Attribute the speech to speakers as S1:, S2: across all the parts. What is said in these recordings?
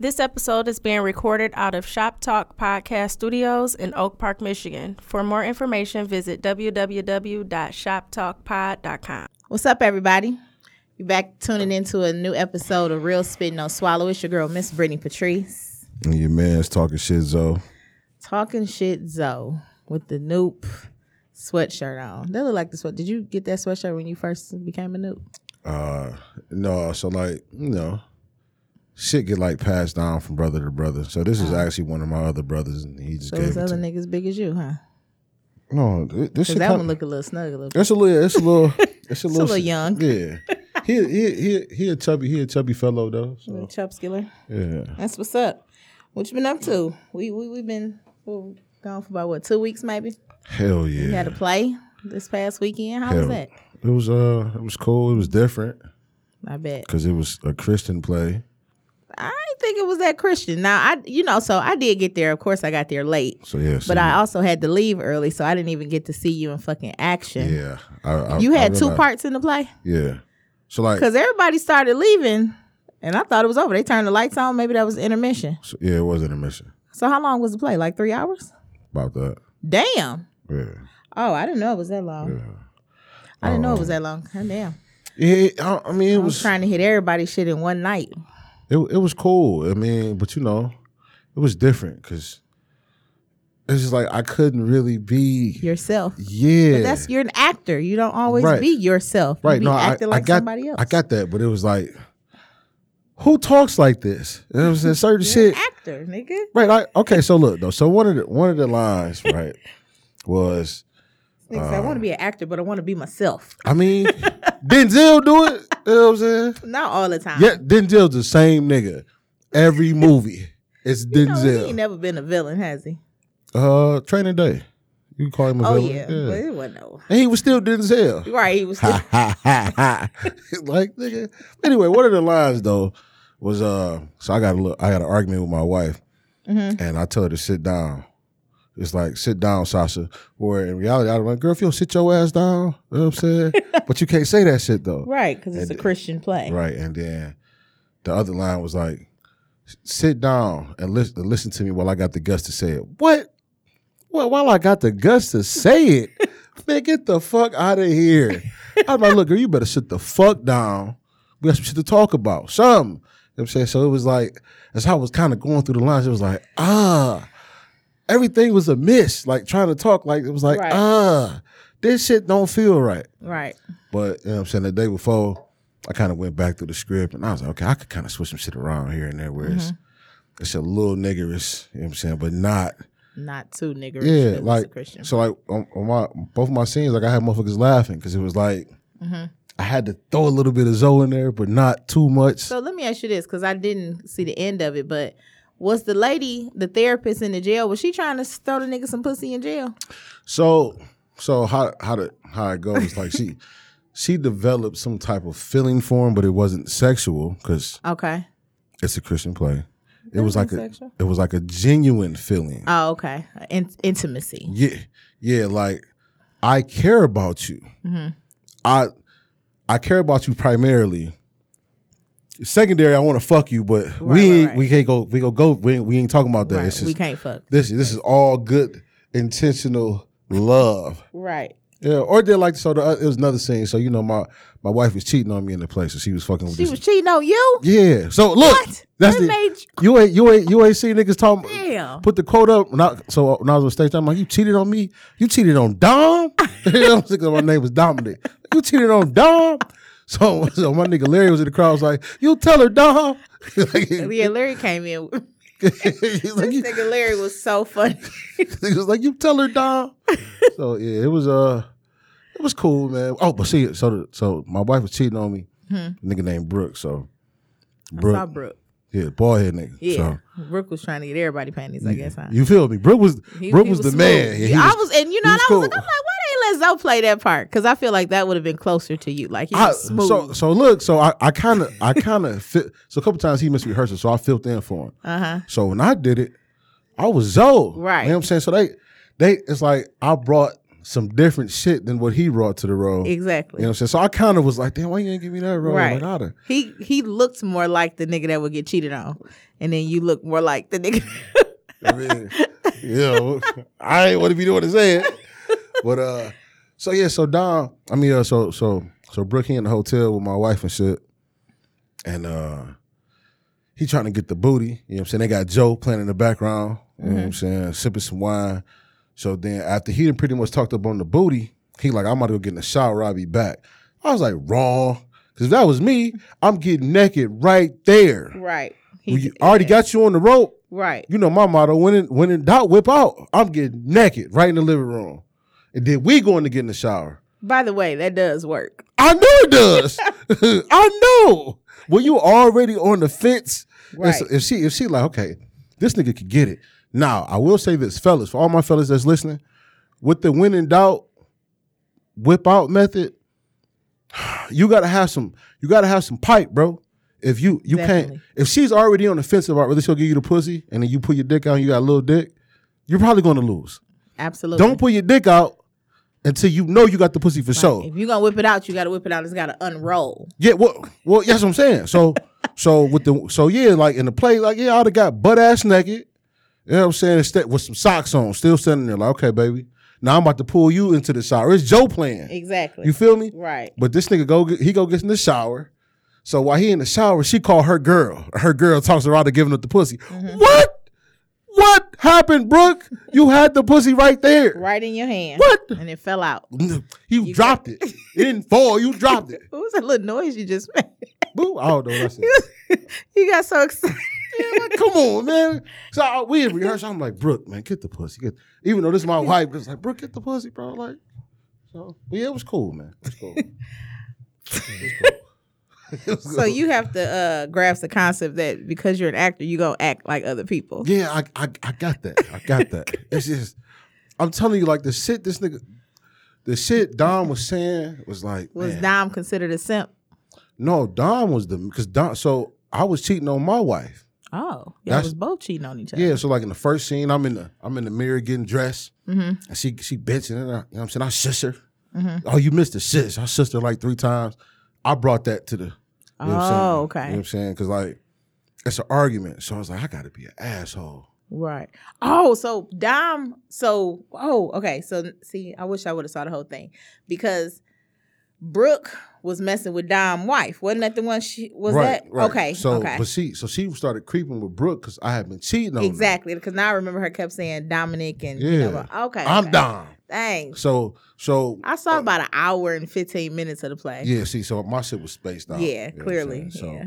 S1: This episode is being recorded out of Shop Talk Podcast Studios in Oak Park, Michigan. For more information, visit www.shoptalkpod.com.
S2: What's up, everybody? You back tuning into a new episode of Real Spit No Swallow. It's your girl, Miss Brittany Patrice,
S3: And your man's talking shit, Zo.
S2: talking shit Zoe with the Noop sweatshirt on. That look like the sweat. Did you get that sweatshirt when you first became a Noop?
S3: Uh, no, so like, you know, shit get like passed down from brother to brother. So this is actually one of my other brothers, and he just
S2: Oh. So
S3: gave
S2: those
S3: it
S2: other
S3: to me.
S2: niggas big as you, huh?
S3: No, th- this
S2: 'Cause
S3: shit
S2: that
S3: kinda-
S2: one look a little snug, a little bit.
S3: It's a little. It's a little. It's a little,
S2: little young.
S3: Yeah. He he he he a chubby he a chubby fellow though. So
S2: Chub skiller.
S3: yeah.
S2: That's what's up. What you been up to? We we we been well, gone for about what two weeks maybe.
S3: Hell yeah.
S2: We had a play this past weekend. How was
S3: Hell.
S2: that?
S3: It was uh it was cool. It was different
S2: I bet.
S3: because it was a Christian play.
S2: I didn't think it was that Christian. Now I, you know, so I did get there. Of course, I got there late,
S3: So yeah. so-
S2: but I also had to leave early, so I didn't even get to see you in fucking action.
S3: yeah. I, I,
S2: you
S3: I
S2: had two
S3: realized-
S2: parts in the play
S3: Yeah. So like
S2: because everybody started leaving, and I thought it was over. They turned the lights on. Maybe that was intermission.
S3: so- yeah, it was intermission
S2: So how long was the play? Like three hours?
S3: about that.
S2: Damn.
S3: Yeah.
S2: Oh, I didn't know it was that long. I didn't know it was that long. God damn.
S3: Yeah, I, I mean,
S2: I
S3: Um, it
S2: was
S3: was it,
S2: trying to hit everybody's shit in one night.
S3: it was cool. I mean, but you know, it was different because it's just like I couldn't really be.
S2: Yourself.
S3: Yeah,
S2: But that's you're an actor. You don't always
S3: Right.
S2: be yourself. You
S3: right.
S2: be
S3: No, I,
S2: acting
S3: I
S2: like
S3: got
S2: somebody else.
S3: I got that, but it was like, who talks like this? You know what I'm saying? Certain
S2: You're an
S3: shit.
S2: actor, nigga.
S3: Right. I, okay. So look though. So one of the one of the lines right was
S2: Nigga said, I
S3: Um,
S2: want to be an actor, but I want to be myself.
S3: I mean Denzel do it. You know what I'm saying?
S2: Not all the time.
S3: Yeah, Denzel's the same nigga. Every movie, it's
S2: You know, he
S3: Denzel.
S2: ain't never been a villain, has he?
S3: Uh, Training Day. You can call him a
S2: oh
S3: villain.
S2: yeah, but it wasn't no.
S3: And he was still Denzel.
S2: Right, he was.
S3: Ha ha ha ha. Like nigga. Anyway, one of the lines though was uh. So I got a look. I got an argument with my wife,
S2: Mhm.
S3: and I tell her to sit down. It's like sit down, Sasha. Where in reality, I'm like, girl, if you don't sit your ass down, you know what I'm saying. but you can't say that shit though.
S2: Right, because it's a
S3: And-
S2: Christian play.
S3: Right, and then the other line was like, "Sit down and listen, listen to me while I got the guts to say it." What? Well, while I got the guts to say it, man, get the fuck out of here. I'm like, look, girl, you better sit the fuck down. We got some shit to talk about. Some, you know what I'm saying. So it was like, as I was kind of going through the lines, it was like, ah, everything was amiss. Like trying to talk, like it was like,
S2: Right.
S3: ah, this shit don't feel right.
S2: Right.
S3: But you know what I'm saying, the day before, I kind of went back through the script and I was like, okay, I could kind of switch some shit around here and there where it's,
S2: Mm-hmm.
S3: it's a little niggerish, you know what I'm saying, but not.
S2: Not too niggerish. but
S3: Yeah,
S2: it's a
S3: like,
S2: Christian.
S3: so like on, on my, both of my scenes, like I had motherfuckers laughing because it was like,
S2: Mm-hmm.
S3: I had to throw a little bit of Zoe in there, but not too much.
S2: So let me ask you this, because I didn't see the end of it, but was the lady, the therapist in the jail, was she trying to throw the nigga some pussy in jail?
S3: So so how how the how it goes like she she developed some type of feeling for him, but it wasn't sexual because
S2: Okay.
S3: it's a Christian play. It was like a
S2: sexual.
S3: it was like a genuine feeling.
S2: Oh, okay. In- intimacy.
S3: Yeah, yeah. Like I care about you.
S2: Mm-hmm.
S3: I I care about you primarily. Secondary, I want to fuck you, but
S2: right,
S3: we ain't
S2: right.
S3: we can't go. We go go. We ain't, we ain't talking about that.
S2: Right.
S3: It's
S2: we
S3: just,
S2: can't fuck.
S3: this this is all good intentional love.
S2: Right.
S3: Yeah, or they like so. The, uh, it was another scene. So you know, my my wife was cheating on me in the place, so she was fucking with
S2: She
S3: Oh, this.
S2: was cheating on you?
S3: yeah. So look,
S2: What?
S3: that's
S2: That
S3: the
S2: made you-
S3: you ain't you ain't you ain't seen niggas talking.
S2: Damn.
S3: Put the quote up. When I, so when I was on stage, I'm like, you cheated on me. You cheated on Dom. you know, I'm thinking my name was Dominic. You cheated on Dom. So, so my nigga Larry was in the crowd. was like, you tell her Dom. like,
S2: Oh, Yeah, Larry came in.
S3: he's like, you,
S2: This nigga Larry was so funny.
S3: he was like, you tell her Dom. so yeah, it was uh, it was cool, man. Oh, but see, so the, so my wife was cheating on me. Nigga named Brooke. So
S2: Hmm. Saw
S3: Brooke,
S2: Brooke.
S3: yeah, bald head nigga.
S2: Yeah.
S3: So,
S2: Brooke was trying to get everybody panties, I guess. Huh?
S3: you feel me? Brooke was
S2: He-
S3: Brooke
S2: he
S3: was, the
S2: smooth.
S3: man. Yeah, he
S2: I was, and you know,
S3: he
S2: and I was
S3: was
S2: like, I'm
S3: cool.
S2: like, why they let Zoe play that part? Because I feel like that would have been closer to you. Like, he
S3: I-
S2: was smooth.
S3: So so look, so I I kind of I kind of fit. So a couple times he missed rehearsal, so I filled in for him.
S2: uh huh.
S3: So when I did it, I was Zoe.
S2: Right.
S3: You know what I'm saying? So they they it's like I brought some different shit than what he brought to the role.
S2: Exactly.
S3: You know what I'm saying? So I kind of was like, damn, why you ain't give me that role? Oh
S2: Right.
S3: Like, Otter.
S2: He he looked more like the nigga that would get cheated on, and then you look more like the nigga.
S3: I mean, yeah, I ain't want to be the one to say it. But uh, so yeah, so Dom, I mean, uh, so so so Brooke he in the hotel with my wife and shit, and uh, he trying to get the booty. You know what I'm saying? They got Joe playing in the background. You know what I'm saying? Sipping some wine. So then after he done pretty much talked up on the booty, he like, I'm about to go get in the shower. I'll be back. I was like, wrong. Cause if that was me, I'm getting naked right there.
S2: right. He
S3: We already got you on the rope
S2: right.
S3: you know my motto: when in, when in doubt, whip out. I'm getting naked right in the living room, and then we going to get in the shower.
S2: By the way, that does work.
S3: I know it does. I know when you already on the fence. it's-
S2: Right.
S3: If she if she like okay, this nigga could get it. Now I will say this, fellas, for all my fellas that's listening, with the when in doubt, whip out method, you gotta have some. You gotta have some pipe, bro. If you you
S2: Definitely.
S3: can't if she's already on the fence about whether she'll give you the pussy and then you put your dick out and you got a little dick, you're probably gonna lose.
S2: Absolutely.
S3: Don't put your dick out until you know you got the pussy for sure.
S2: If you gonna whip it out, you gotta whip it out. It's gotta unroll.
S3: Yeah, well, well, that's what I'm saying. So, so with the so yeah, like in the play, like yeah, I'd have got butt ass naked. You know what I'm saying? Instead, with some socks on, still standing there, like okay, baby. Now I'm about to pull you into the shower. It's Joe playing.
S2: Exactly.
S3: You feel me?
S2: right.
S3: But this nigga go get, he go gets in the shower. So while he in the shower, she called her girl. Her girl talks her out of giving up the pussy.
S2: Mm-hmm.
S3: What? What happened, Brooke? You had the pussy right there.
S2: Right in your hand.
S3: What?
S2: And it fell out.
S3: You, dropped it. It didn't fall. You dropped it.
S2: What was that little noise you just made?
S3: Boo! I don't know what I said.
S2: you got so excited.
S3: Like, come on, man. So I, we had rehearsed. I'm like, Brooke, man, get the pussy. Get, even though this is my wife, it's like, Brooke, get the pussy, bro. Like, so but yeah, it was cool, man. It was cool. It was cool. It was
S2: So
S3: cool.
S2: you have to uh, grasp the concept that because you're an actor, you gonna act like other people.
S3: Yeah, I, I I got that. I got that. It's just, I'm telling you, like the shit this nigga, the shit Don was saying was like,
S2: Was
S3: man,
S2: Dom considered a simp?
S3: no, Don was the because Don. So I was cheating on my wife.
S2: Oh, y'all
S3: That's-
S2: was both cheating on each other.
S3: Yeah, so like in the first scene, I'm in the I'm in the mirror getting dressed,
S2: Mhm.
S3: and she she bitching, and I, you know what I'm saying I shush her.
S2: Mm-hmm.
S3: Oh, you missed the sis. I shushed her like three times. I brought that to the. You know what I'm saying?
S2: Oh,
S3: You
S2: okay.
S3: know what I'm saying? Because like, it's an argument. So I was like, I got to be an asshole.
S2: Right. Oh, so Dom. So oh, okay. So see, I wish I would have saw the whole thing because Brooke was messing with Dom's wife. Wasn't that the one she was
S3: right,
S2: that?
S3: right.
S2: Okay.
S3: So,
S2: okay.
S3: but she, so she started creeping with Brooke because I had been cheating on her.
S2: Exactly, because now I remember her kept saying Dominic and you know,
S3: Yeah.
S2: okay,
S3: I'm
S2: okay.
S3: Dom.
S2: Thanks.
S3: So, so
S2: I saw about an hour and fifteen minutes of the play.
S3: yeah. See, so my shit was spaced out.
S2: Yeah,
S3: you know what I'm
S2: clearly.
S3: saying? So,
S2: yeah.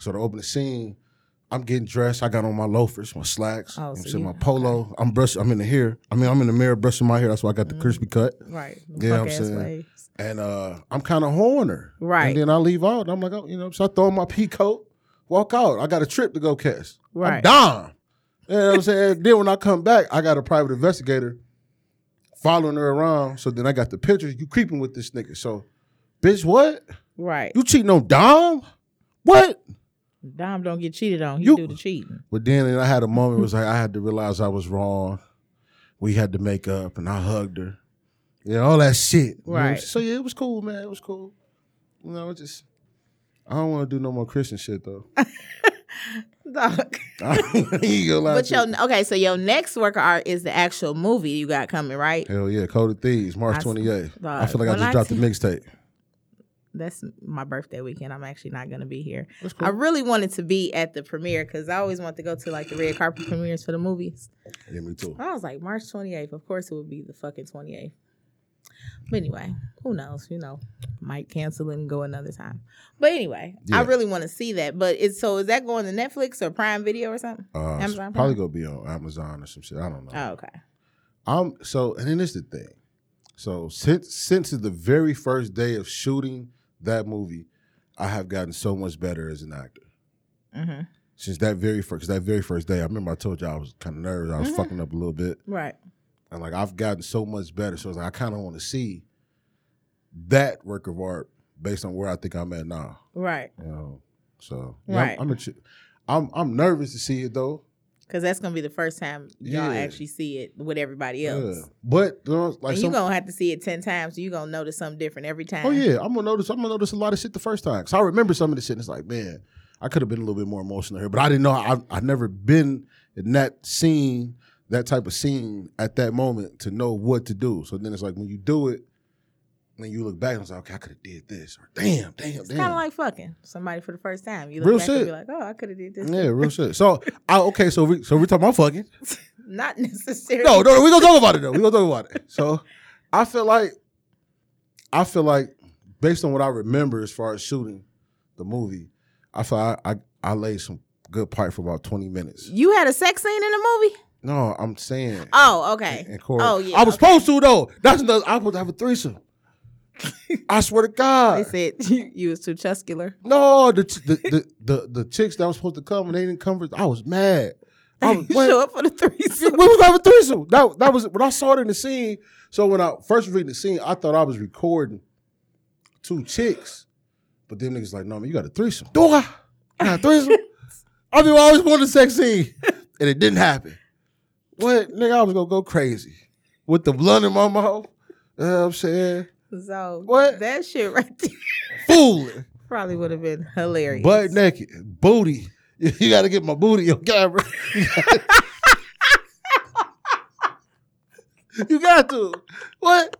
S3: So to open the scene, I'm getting dressed. I got on my loafers, my slacks,
S2: Oh,
S3: I'm
S2: so
S3: saying,
S2: you-
S3: my polo. I'm brushing. I'm in the hair. I mean, I'm in the mirror brushing my hair. That's why I got the crispy cut.
S2: Right.
S3: Yeah, I'm
S2: Fuck-ass
S3: saying.
S2: waves.
S3: And uh, I'm kind of her.
S2: Right.
S3: And then I leave out. I'm like, oh, you know, so I throw on my pea coat, walk out. I got a trip to go catch. I'm
S2: Right.
S3: done. You know what I'm saying? then when I come back, I got a private investigator following her around. So then I got the pictures. You creeping with this nigga. So, bitch, what?
S2: Right.
S3: You cheating on Dom? What?
S2: Dom don't get cheated on. He
S3: You-
S2: do the cheating.
S3: But then and I had a moment was like I had to realize I was wrong. We had to make up, and I hugged her. Yeah, all that shit. You know what I'm
S2: Right.
S3: saying? so yeah, it was cool, man. It was cool. You know, it just I don't want to do no more Christian shit though.
S2: Dog.
S3: I ain't gonna lie
S2: But
S3: to
S2: your
S3: you.
S2: okay, so your next work of art is the actual movie you got coming, right?
S3: Hell yeah, Code of Thieves,
S2: I
S3: March
S2: s-
S3: twenty eighth. I feel like I
S2: when
S3: just
S2: I
S3: dropped
S2: see-
S3: the mixtape.
S2: That's my birthday weekend. I'm actually not gonna be here.
S3: That's cool.
S2: I really wanted to be at the premiere because I always want to go to like the red carpet premieres for the movies.
S3: Yeah, me too.
S2: I was like March 28th. Of course, it would be the fucking 28th. But anyway, who knows? You know, might cancel it and go another time. But anyway, I
S3: Yeah.
S2: really want to see that. But it's so is that going to Netflix or Prime Video or something?
S3: Uh, it's
S2: Amazon
S3: probably gonna be on Amazon or some shit. I don't know.
S2: Oh, okay.
S3: I'm so, and then this the thing. So since since the very first day of shooting that movie, I have gotten so much better as an actor.
S2: Mm-hmm.
S3: Since that very first, cause that very first day, I remember I told you I was kind of nervous. I was
S2: Mhm.
S3: fucking up a little bit,
S2: Right.
S3: and like I've gotten so much better. So it's like I kind of want to see that work of art based on where I think I'm at now.
S2: Right.
S3: You know, so yeah, I'm-
S2: Right.
S3: I'm, a chi- I'm I'm nervous to see it though.
S2: Cause that's gonna be the first time y'all
S3: Yeah.
S2: actually see it with everybody else.
S3: Yeah. But you know, like
S2: and you
S3: some,
S2: gonna have to see it ten times. You gonna notice something different every time.
S3: Oh yeah, I'm gonna notice. I'm gonna notice a lot of shit the first time. Cause I remember some of the shit. And it's like, man, I could have been a little bit more emotional here, but I didn't know. I I've never been in that scene, that type of scene at that moment to know what to do. So then it's like when you do it, when you look back and it's like, okay, I could have did this. Or damn, damn,
S2: It's
S3: damn.
S2: kind of like fucking somebody for the first time. You look
S3: Real
S2: back and
S3: shit.
S2: be like, oh, I could have did this.
S3: yeah, real shit. So I, okay, so we so we're talking about fucking.
S2: Not necessarily.
S3: No, no, no, we gonna talk about it though. We gonna talk about it. So I feel like I feel like based on what I remember as far as shooting the movie, I feel I I, I laid some good pipe for about twenty minutes.
S2: You had a sex scene in the movie?
S3: No, I'm saying
S2: Oh, okay.
S3: in court.
S2: Oh, yeah.
S3: I was
S2: okay.
S3: supposed to though. That's another I was supposed to have a threesome. I swear to
S2: They
S3: God.
S2: said you, you was too chuscular.
S3: No, the, ch- the the the the chicks that was supposed to come and they didn't come. I was mad. I was,
S2: You
S3: what?
S2: show up for the threesome.
S3: we was having a threesome. That that was when I saw it in the scene. So when I first reading the scene, I thought I was recording two chicks, but them niggas like, no man, you got a threesome. Do I? I got a threesome. I mean, I always wanted a sex scene, and it didn't happen. What nigga? I was gonna go crazy with the blunt in my mouth. You know what I'm saying
S2: So
S3: What?
S2: that shit right there
S3: fooling,
S2: probably would have been hilarious.
S3: butt naked, booty. You gotta get my booty on camera. You gotta- You got to. What?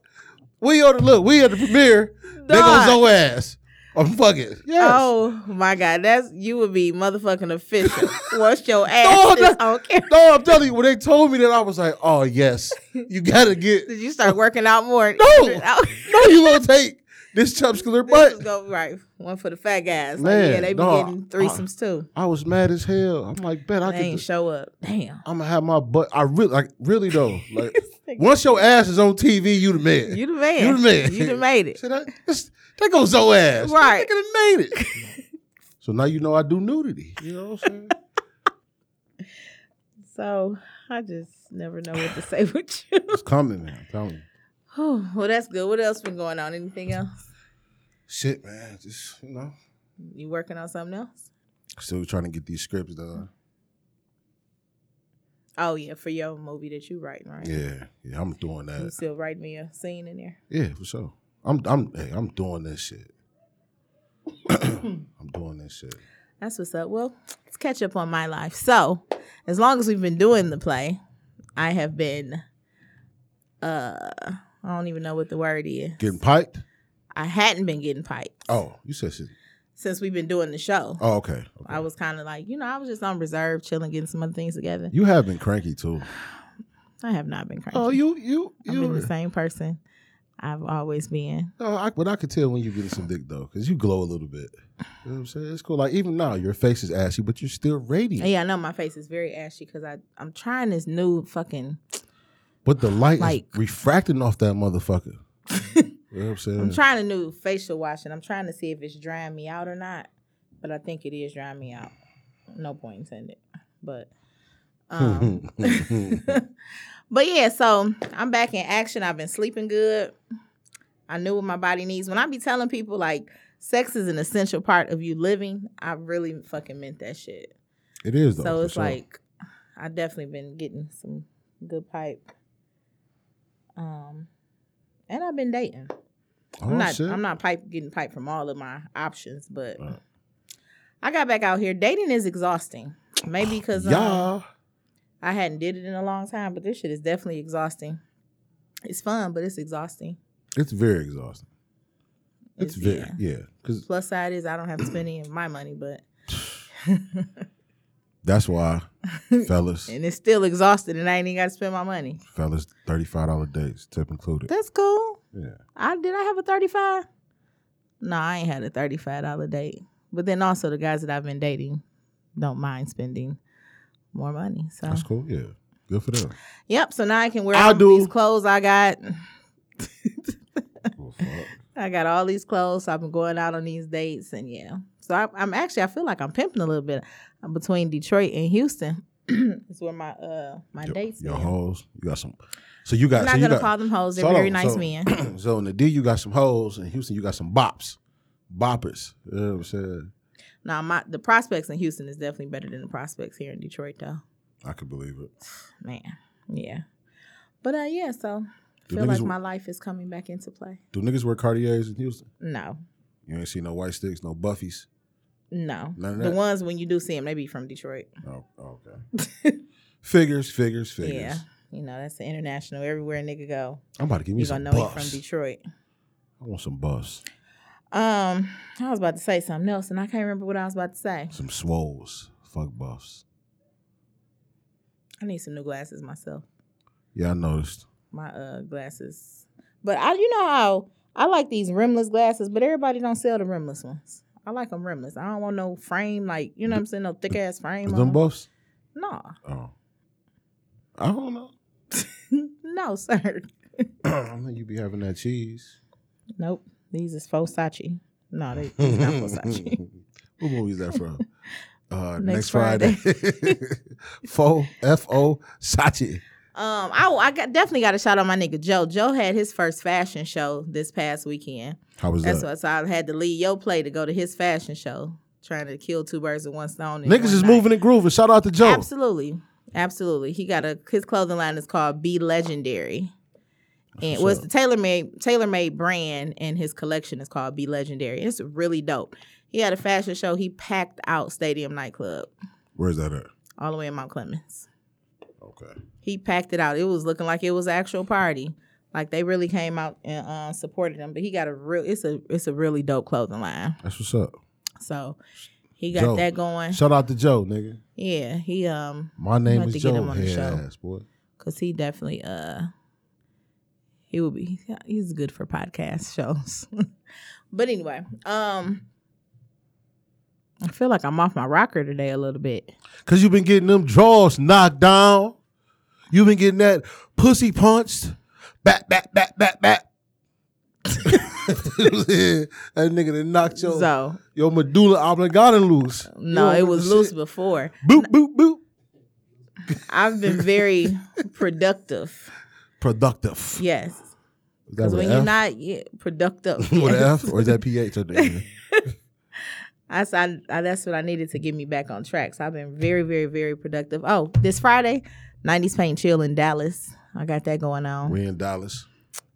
S3: We on the look. We at the premiere. They
S2: Dog.
S3: gonna zoe ass. I'm fucking yes.
S2: Oh my god, that's you would be motherfucking official. Once your
S3: No,
S2: ass is
S3: that-
S2: on camera.
S3: No, I'm telling you. When they told me that, I was like, oh yes, you gotta get.
S2: Did you start working out more?
S3: No. No, you gonna take this chubscular
S2: But
S3: butt.
S2: go right. One for the fat guys. Like,
S3: Man,
S2: yeah, they be
S3: dog.
S2: getting threesomes too.
S3: I was mad as hell. I'm like, bet I
S2: They ain't
S3: can.
S2: show up. Damn.
S3: I'm gonna have my butt. I really, like, really though. Like, once your ass is on TV, you the man.
S2: You the man.
S3: You the man.
S2: You done made it.
S3: See that? That's, that goes so ass.
S2: Right.
S3: That nigga done made it. so now you know I do nudity. You know what I'm saying?
S2: So I just never know what to say with you.
S3: it's coming, man. I'm telling you.
S2: Whew. well, that's good. What else been going on? Anything else?
S3: Shit, man. Just, you know.
S2: You working on something else?
S3: Still trying to get these scripts done.
S2: Oh yeah, for your movie that you writing, right?
S3: Yeah. Yeah, I'm doing
S2: You
S3: that.
S2: still write me a scene in there.
S3: Yeah, for sure. I'm I'm hey, I'm doing this shit. I'm doing this shit.
S2: That's what's up. Well, let's catch up on my life. So, as long as we've been doing the play, I have been uh I don't even know what the word is.
S3: Getting piped?
S2: I hadn't been getting piped
S3: Oh, you said shit.
S2: since we've been doing the show.
S3: Oh, okay. okay.
S2: I was kind of like, you know, I was just on reserve, chilling, getting some other things together.
S3: You have been cranky too.
S2: I have not been cranky.
S3: Oh, you you
S2: I've been the
S3: you.
S2: same person I've always been.
S3: No, I, but I could tell when you getting some dick though, because you glow a little bit. You know what I'm saying? It's cool. Like even now, your face is ashy, but you're still radiant.
S2: Yeah, I know my face is very ashy because I I'm trying this new fucking.
S3: But the light
S2: Like-
S3: is refracting off that motherfucker. you know what I'm saying?
S2: I'm trying a new facial wash and I'm trying to see if it's drying me out or not. But I think it is drying me out. No point intended. But um, but yeah, so I'm back in action. I've been sleeping good. I knew what my body needs. When I be telling people like sex is an essential part of you living, I really fucking meant that shit.
S3: it is though.
S2: So
S3: for
S2: it's
S3: sure.
S2: like I definitely been getting some good pipe. Um and I've been dating.
S3: oh,
S2: I'm not
S3: shit.
S2: I'm not pipe getting pipe from all of my options, but
S3: Right.
S2: I got back out here. Dating is exhausting. Maybe because um,
S3: y'all.
S2: I hadn't did it in a long time, but this shit is definitely exhausting. It's fun, but it's exhausting.
S3: It's very exhausting. It's, very
S2: yeah.
S3: yeah, because
S2: Plus side is I don't have to spend any of my money, but
S3: that's why, fellas,
S2: and it's still exhausted, and I ain't even got to spend my money.
S3: fellas, thirty five dollar dates, tip included.
S2: That's cool.
S3: yeah,
S2: I did. I have a thirty five. No, I ain't had a thirty five dollar date. But then also the guys that I've been dating don't mind spending more money. So
S3: that's cool. Yeah, good for them.
S2: Yep. So now I can wear
S3: I
S2: all
S3: do.
S2: these clothes I got.
S3: Well, fuck.
S2: I got all these clothes. So I've been going out on these dates, and yeah. So I, I'm actually I feel like I'm pimping a little bit I'm between Detroit and Houston. is where my uh my
S3: Your-
S2: dates.
S3: your
S2: been.
S3: hoes. You got some. So you got.
S2: I'm
S3: so
S2: not
S3: you
S2: gonna
S3: got,
S2: call them hoes. They're
S3: so hold
S2: very
S3: on,
S2: nice
S3: so-
S2: men.
S3: so in the D, you got some hoes. In Houston, you got some bops, boppers. You know what I'm saying?
S2: Now my the prospects in Houston is definitely better than the prospects here in Detroit though.
S3: I could believe it.
S2: Man, yeah. But uh, yeah, so I
S3: Do
S2: feel like
S3: niggas-
S2: my life is coming back into play.
S3: Do niggas wear Cartiers in Houston?
S2: No,
S3: You ain't see no white sticks, no buffies.
S2: no.
S3: None of
S2: The
S3: that?
S2: ones when you do see them, they be from Detroit.
S3: Oh, okay. figures, figures, figures.
S2: Yeah, you know that's the international. Everywhere nigga go,
S3: I'm about to give me
S2: you
S3: some
S2: gonna know
S3: bus.
S2: he from Detroit.
S3: I want some bus,
S2: Um, I was about to say something else, and I can't remember what I was about to say.
S3: some swoles, fuck buffs.
S2: I need some new glasses myself.
S3: Yeah, I noticed.
S2: My uh glasses, but I, you know how I like these rimless glasses, but everybody don't sell the rimless ones. I like them rimless. I don't want no frame, like you know what I'm saying, no thick ass frame.
S3: Is
S2: on
S3: them
S2: 'em.
S3: buffs?
S2: No,
S3: Oh, I don't know.
S2: no, sir.
S3: I think you be having that cheese.
S2: Nope. These is Fosachi. No, they these not Fosachi.
S3: what movie is that from? Uh,
S2: Next
S3: next, Friday. Fo F O Sachi.
S2: Um, I, I got, definitely got a shout out my nigga Joe. Joe had his first fashion show this past weekend.
S3: How was
S2: That's
S3: that?
S2: why so I had to leave your play to go to his fashion show, trying to kill two birds with one stone. in one
S3: Niggas is
S2: night.
S3: moving and grooving. Shout out to Joe.
S2: Absolutely, absolutely. He got a his clothing line is called Be Legendary, and
S3: what's
S2: well, it's
S3: up.
S2: the TaylorMade TaylorMade brand, and his collection is called Be Legendary. It's really dope. He had a fashion show. He packed out Stadium nightclub
S3: Where's that at?
S2: all the way in Mount Clemens.
S3: Okay.
S2: he packed it out. It was looking like it was an actual party. Like they really came out and uh, supported him. But he got a real it's a it's a really dope clothing line.
S3: That's what's up.
S2: So he got
S3: Dope.
S2: that going.
S3: Shout out to Joe, nigga.
S2: Yeah, he um
S3: My name
S2: Eh? have
S3: is
S2: to get
S3: Joe.
S2: him on the
S3: Head
S2: show.
S3: ass boy.
S2: cause he definitely uh he will be he's good for podcast shows. but anyway, um I feel like I'm off my rocker today a little bit.
S3: Cause you've been getting them drawers knocked down. You've been getting that pussy punched. Back, back, back, back, back. that nigga that knocked your,
S2: so
S3: your medulla oblongata loose.
S2: no,
S3: Oh. You
S2: it
S3: don't
S2: was
S3: remember
S2: loose
S3: shit?
S2: before.
S3: Boop, boop, boop.
S2: I've been very productive.
S3: Productive.
S2: Yes.
S3: Is that
S2: Because when
S3: with an
S2: you're
S3: F?
S2: not yeah, productive,
S3: with an
S2: yes.
S3: F or is that PH at the end?
S2: I, s- I- I- that's what I needed to get me back on track. So I've been very, very, very productive. Oh, this Friday, 90s Paint Chill in Dallas. I got that going on
S3: We in Dallas.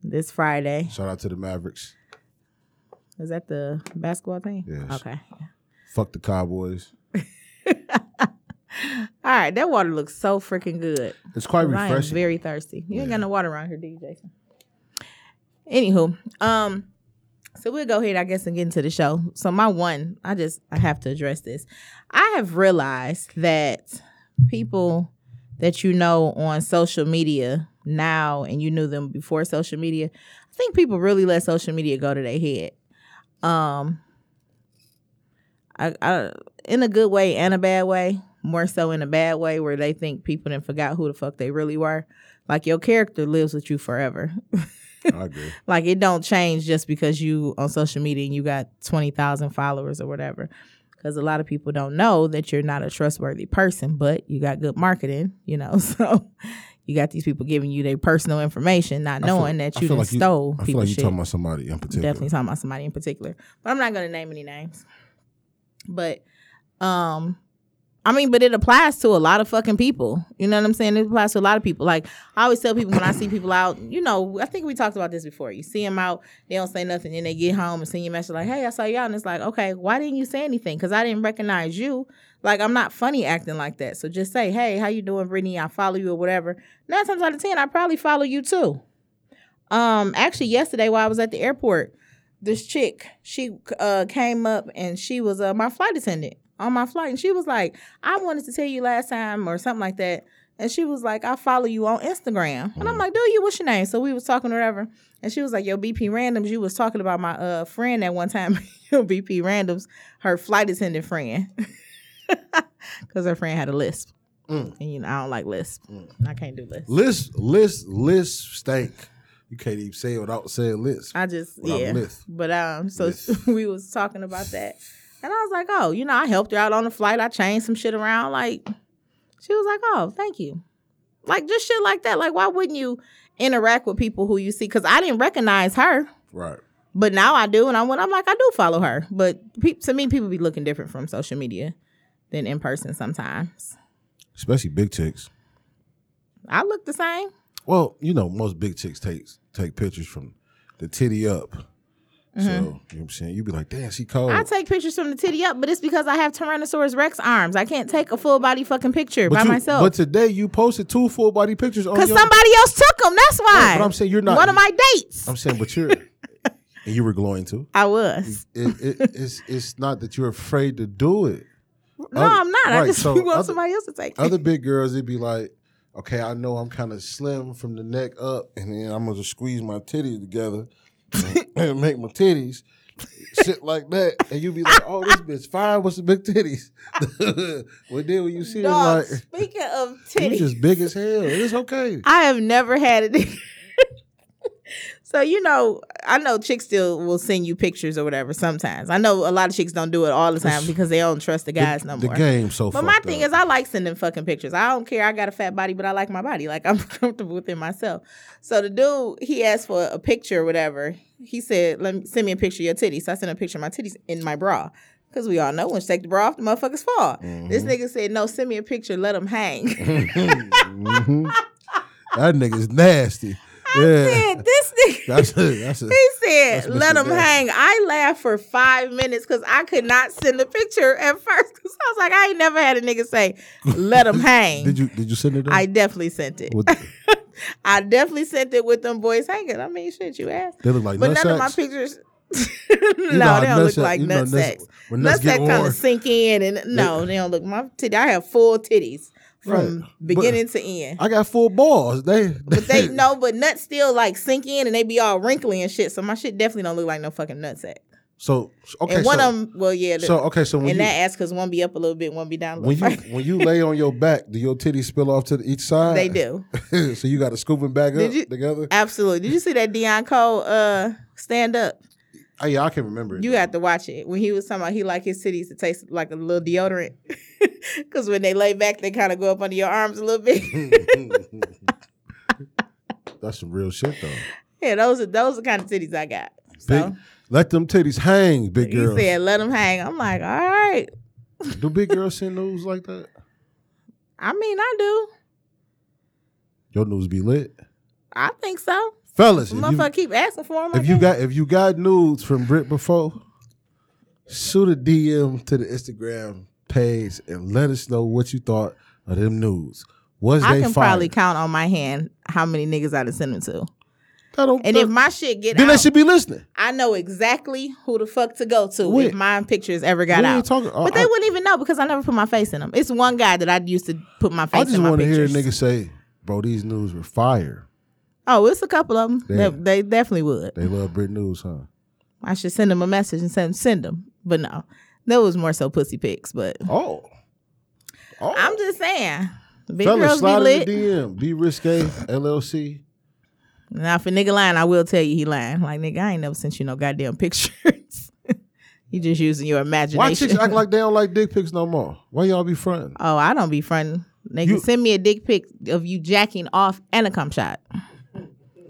S2: this Friday.
S3: Shout out to the Mavericks.
S2: Is that the basketball thing?
S3: Yes.
S2: Okay.
S3: Fuck the Cowboys.
S2: All right, that water looks so freaking good.
S3: It's quite
S2: I am
S3: refreshing.
S2: very thirsty. You ain't
S3: Yeah.
S2: got no water around here, do you, Jason? Anywho, um, so we'll go ahead, I guess, and get into the show. So my one, I just I have to address this. I have realized that people that you know on social media now and you knew them before social media, I think people really let social media go to their head. Um I, I in a good way and a bad way, more so in a bad way where they think people didn't forgot who the fuck they really were. Like your character lives with you forever.
S3: I agree.
S2: like it don't change just because you on social media and you got 20,000 followers or whatever. Cuz a lot of people don't know that you're not a trustworthy person, but you got good marketing, you know. So you got these people giving you their personal information not
S3: I feel-
S2: knowing that
S3: I
S2: you
S3: feel
S2: done
S3: like you-
S2: stole
S3: I feel
S2: people's
S3: like you're
S2: shit.
S3: talking about somebody in particular.
S2: Definitely talking about somebody in particular. But I'm not gonna name any names. But um I mean, but it applies to a lot of fucking people. You know what I'm saying? It applies to a lot of people. Like I always tell people when I see people out, you know, I think we talked about this before. You see them out, they don't say nothing, then they get home and send you a message like, "Hey, I saw you out," and it's like, "Okay, why didn't you say anything? Because I didn't recognize you. Like I'm not funny acting like that. So just say, "Hey, how you doing, Brittany? I follow you or whatever." Nine times out of ten, I probably follow you too. Um, actually, yesterday while I was at the airport, this chick she uh came up and she was uh my flight attendant on my flight and she was like i wanted to tell you last time or something like that and she was like i follow you on instagram and i'm like do you what's your name so we was talking or whatever and she was like yo bp randoms you was talking about my uh friend at one time yo bp randoms her flight attendant friend because her friend had a lisp
S3: Mm.
S2: and you know i don't like lisp i can't do lisp
S3: List, list, list stank. You can't even say it without saying list.
S2: I just
S3: Without
S2: yeah.
S3: lift.
S2: But um, so
S3: Lift.
S2: we was talking about that, and I was like, oh, you know, I helped her out on the flight. I changed some shit around. Like, she was like, oh, thank you. Like just shit like that. Like, why wouldn't you interact with people who you see? Because I didn't recognize her,
S3: Right.
S2: but now I do, and I'm I'm like, I do follow her. But pe- to me, people be looking different from social media than in person sometimes.
S3: especially big chicks.
S2: I look the same.
S3: Well, you know, most big chicks take take pictures from the titty up. So, you know what I'm saying? You'd be like, damn, she cold.
S2: Mm-hmm. I take pictures from the titty up, but it's because I have Tyrannosaurus Rex arms. I can't take a full body fucking picture
S3: but
S2: by
S3: you-
S2: myself.
S3: But today you posted two full body pictures on your
S2: Cause somebody else took them. That's why.
S3: but I'm saying you're not-
S2: one of my dates.
S3: I'm saying, but you're and you were glowing too.
S2: I was.
S3: It, it, it's it's not that you're afraid to do it.
S2: No,
S3: other-
S2: I'm not.
S3: right,
S2: I just
S3: so
S2: want
S3: other-
S2: somebody else to take.
S3: Other big girls, it'd be like, okay, I know I'm kind of slim from the neck up, and then I'm gonna just squeeze my titties together and make my titties shit like that, and you'd be like, oh, this bitch fine with some big titties. but then when you see it,
S2: Dog,
S3: like,
S2: speaking of
S3: you
S2: titties,
S3: just big as hell. It's okay.
S2: I have never had it. so you know, I know chicks still will send you pictures or whatever. Sometimes I know a lot of chicks don't do it all the time because they don't trust the guys
S3: the,
S2: no
S3: the
S2: more.
S3: game so.
S2: But my thing is, I like sending fucking pictures. I don't care. I got a fat body, but I like my body. Like I'm comfortable within myself. So the dude, he asked for a picture or whatever. He said, "Let me send me a picture of your titties." So I sent a picture of my titties in my bra, because we all know when you take the bra off, the motherfuckers fall. This
S3: Mm-hmm.
S2: nigga said, "No, send me a picture. Let them hang."
S3: Mhm. that nigga's nasty. yeah,
S2: Man, this nigga.
S3: that's it. That's it.
S2: He said,
S3: That's
S2: "Let
S3: Mr.
S2: them
S3: Nasty.
S2: hang." I laughed for five minutes because I could not send a picture at first. 'Cause I was like, "I ain't never had a nigga say, let them hang.'"
S3: Did you did you send it? to him?
S2: I definitely sent it.
S3: With-
S2: I definitely sent it with them boys hanging. I mean, shit, you asked.
S3: They look like
S2: But
S3: nut
S2: none of my
S3: sacks.
S2: pictures.
S3: You know
S2: no,
S3: how
S2: they don't
S3: nut
S2: look
S3: sack-
S2: like
S3: you know
S2: nut
S3: nuts-
S2: sacks.
S3: When
S2: Nut
S3: nuts
S2: sack
S3: get
S2: kind
S3: warm,
S2: of sink in, and no, they don't look. My titty, I have full titties from
S3: Right. But-
S2: beginning to end.
S3: I got full balls. They
S2: But they no, but nuts still like sink in, and they be all wrinkly and shit. So my shit definitely don't look like no fucking nut sack.
S3: So okay,
S2: and one
S3: so,
S2: of them, well, yeah, the,
S3: so okay, so
S2: and
S3: when you
S2: that ass because one be up a little bit, one be down. A
S3: when
S2: little
S3: you when you lay on your back, do your titties spill off to the, each side?
S2: they do.
S3: do. so you got to scoop them back
S2: Did
S3: up
S2: you-
S3: together.
S2: Absolutely. Did you see that Dion Cole uh, stand up?
S3: Oh, yeah, I can remember it.
S2: You have to watch it. When he was talking about he like his titties to taste like a little deodorant. Cause when they lay back, they kind of go up under your arms a little bit.
S3: That's some real shit though.
S2: yeah, those are those are the kind of titties I got.
S3: Big,
S2: So
S3: let them titties hang, big
S2: he
S3: girls.
S2: said, let them hang. I'm like, all right.
S3: Do big girls send news like that?
S2: I mean, I do.
S3: Your news be lit,
S2: I think so.
S3: fellas. If you,
S2: Motherfucker keep asking for them.
S3: if you got if you got nudes from Brit before, shoot a DM to the Instagram page and let us know what you thought of them nudes. Was
S2: I
S3: they
S2: can
S3: fire?
S2: probably count on my hand how many niggas I done sent them to.
S3: That don't-
S2: And
S3: that-
S2: if my shit get
S3: then they
S2: out,
S3: should be listening.
S2: I know exactly who the fuck to go to
S3: Wait.
S2: if my pictures ever got
S3: We ain't
S2: out.
S3: talking- I-
S2: but they
S3: Oh, I-
S2: wouldn't even know because I never put my face in them. It's one guy that I used to put my face
S3: I just
S2: in my
S3: want to hear a
S2: pictures.
S3: nigga say, "Bro, these news were fire.
S2: Oh, it's a couple of them.
S3: Yeah.
S2: They, they definitely would.
S3: They love Brit news, huh?"
S2: I should send them a message and send send them. But no, that was more so pussy pics. But
S3: Oh, oh.
S2: I'm just saying, big
S3: Fellas,
S2: girls be
S3: slide
S2: lit.
S3: in the DM. Be risque LLC.
S2: Now, if a nigga lying, I will tell you he lying. Like nigga, I ain't never sent you no goddamn pictures. you just using your imagination.
S3: Why chicks act like they don't like dick pics no more? Why y'all be fronting?
S2: Oh, I don't be fronting. Nigga,
S3: You-
S2: send me a dick pic of you jacking off and a cum shot.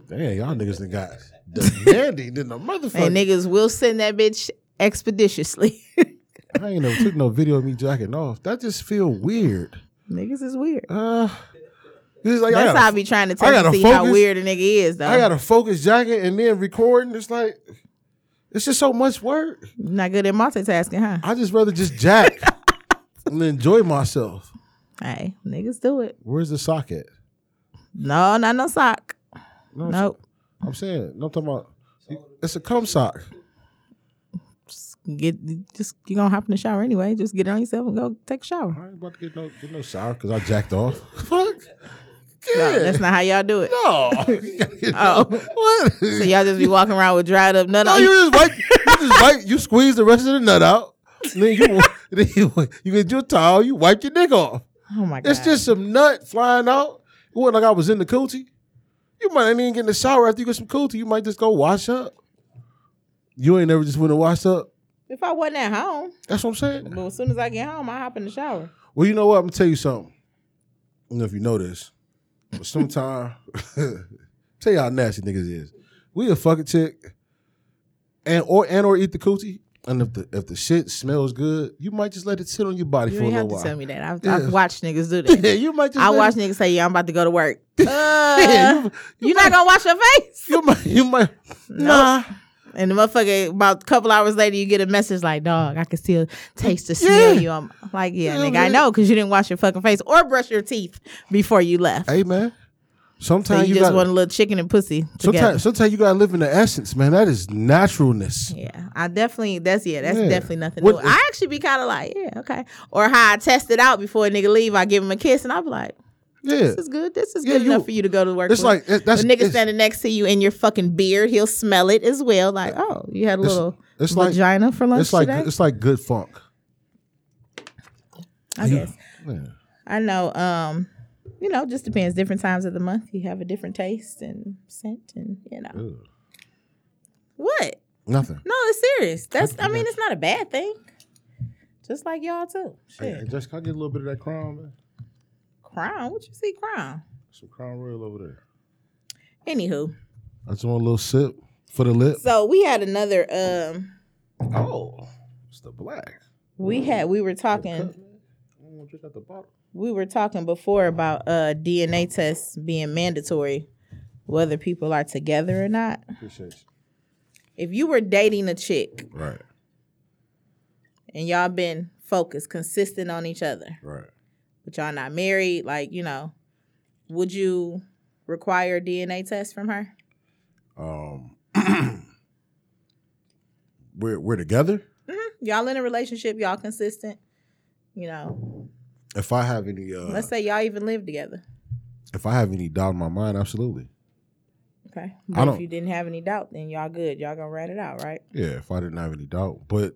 S3: Damn, y'all niggas done got demanding than the motherfucker.
S2: And niggas will send that bitch expeditiously.
S3: I ain't never took no video of me jacking off. That just feel weird.
S2: niggas is weird.
S3: Uh, this is like I
S2: That's how I
S3: gotta,
S2: be trying to
S3: I
S2: tell you
S3: gotta
S2: see how
S3: focus.
S2: weird a nigga is though.
S3: I gotta focus jacket and then recording. It's like it's just so much work.
S2: Not good at multitasking, huh?
S3: I just rather just jack and enjoy myself.
S2: Hey, niggas do it.
S3: Where's the sock at?
S2: No, not no sock.
S3: No,
S2: Nope.
S3: I'm saying no. I'm talking about it's a cum sock.
S2: Just get just you gonna hop in the shower anyway. Just get it on yourself and go take a shower.
S3: I ain't about to get no get no sour because I jacked off. Fuck. Yeah.
S2: No, that's not how y'all do it.
S3: No.
S2: Oh.
S3: What?
S2: So y'all just be walking around with dried up nut
S3: No,
S2: on
S3: you just wipe. You just wipe. You squeeze the rest of the nut out. And then you then you, you get your towel. You wipe your dick off.
S2: Oh my god.
S3: It's just some nut flying out. It wasn't like I was in the coochie. You might not even get in the shower after you get some coochie. You might just go wash up. You ain't never just went to wash up.
S2: if I wasn't at home,
S3: That's what I'm saying.
S2: but as soon as I get home, I hop in the shower.
S3: Well, you know what? I'm gonna tell you something. I don't know if you know this, but sometime tell you how nasty niggas is. We a fucking chick, and or and or eat the coochie, And if the if the shit smells good, you might just let it sit on your body
S2: You
S3: for a
S2: didn't
S3: little
S2: have to
S3: while.
S2: tell me that. I've,
S3: Yeah.
S2: I've watched niggas do
S3: yeah,
S2: that.
S3: you might just.
S2: I
S3: let
S2: watch
S3: it-
S2: niggas say, "Yeah, I'm about to go to work."
S3: Yeah,
S2: Uh,
S3: you,
S2: you not gonna wash your face?
S3: you might. You might.
S2: Nah. And the motherfucker, about a couple hours later, you get a message like, "Dog, I can still taste the smell
S3: Yeah.
S2: you." I'm like, "Yeah,
S3: Yeah,
S2: nigga, I
S3: man.
S2: know, because you didn't wash your fucking face or brush your teeth before you left."
S3: Hey man.
S2: so
S3: Sometimes
S2: you,
S3: you,
S2: just
S3: gotta.
S2: want a little chicken and pussy together.
S3: sometimes sometimes you gotta live in the essence, man. That is naturalness.
S2: Yeah, I definitely. That's yeah. That's
S3: Yeah.
S2: definitely nothing
S3: What-
S2: new. I actually be kind of like, yeah, okay. Or how I test it out before a nigga leave, I give him a kiss, and I'm like,
S3: Yeah.
S2: this is good. This is
S3: Yeah,
S2: good
S3: you-
S2: enough for you to go to work.
S3: It's
S2: with.
S3: like it, that's
S2: the nigga
S3: it's,
S2: standing next to you in your fucking beard, he'll smell it as well. Like, oh, you had a
S3: It's-
S2: little
S3: it's like
S2: vagina for lunch
S3: it's like
S2: today.
S3: it's like good funk.
S2: I guess
S3: Yeah.
S2: I know. Um, you know, just depends. Different times of the month, you have a different taste and scent, and you know
S3: Ew.
S2: what?
S3: Nothing.
S2: No, it's serious. That's. I mean, it's not a bad thing. Just like y'all too.
S3: Hey,
S2: Shit.
S3: hey, Jess, can I get a little bit of that crown, man?
S2: Crown? What you see, Crown?
S3: Some crown royal over there.
S2: Anywho,
S3: I just want a little sip for the lip.
S2: so we had another. Um,
S3: Oh, it's the black.
S2: we had we were talking
S3: I don't want to drink out the bottle.
S2: we were talking before about uh DNA tests being mandatory, whether people are together or not.
S3: Appreciate you.
S2: If you were dating a chick
S3: Right,
S2: and y'all been focused, consistent on each other,
S3: right.
S2: but y'all not married, like you know, would you require a DNA test from her?
S3: Um, we're we're together.
S2: Y'all in a relationship, y'all consistent, you know.
S3: If I have any, uh,
S2: Let's say y'all even live together.
S3: if I have any doubt in my mind, absolutely.
S2: Okay.
S3: I
S2: But if
S3: don't-
S2: you didn't have any doubt, then y'all good. Y'all gonna rat it out, right?
S3: Yeah, if I didn't have any doubt, but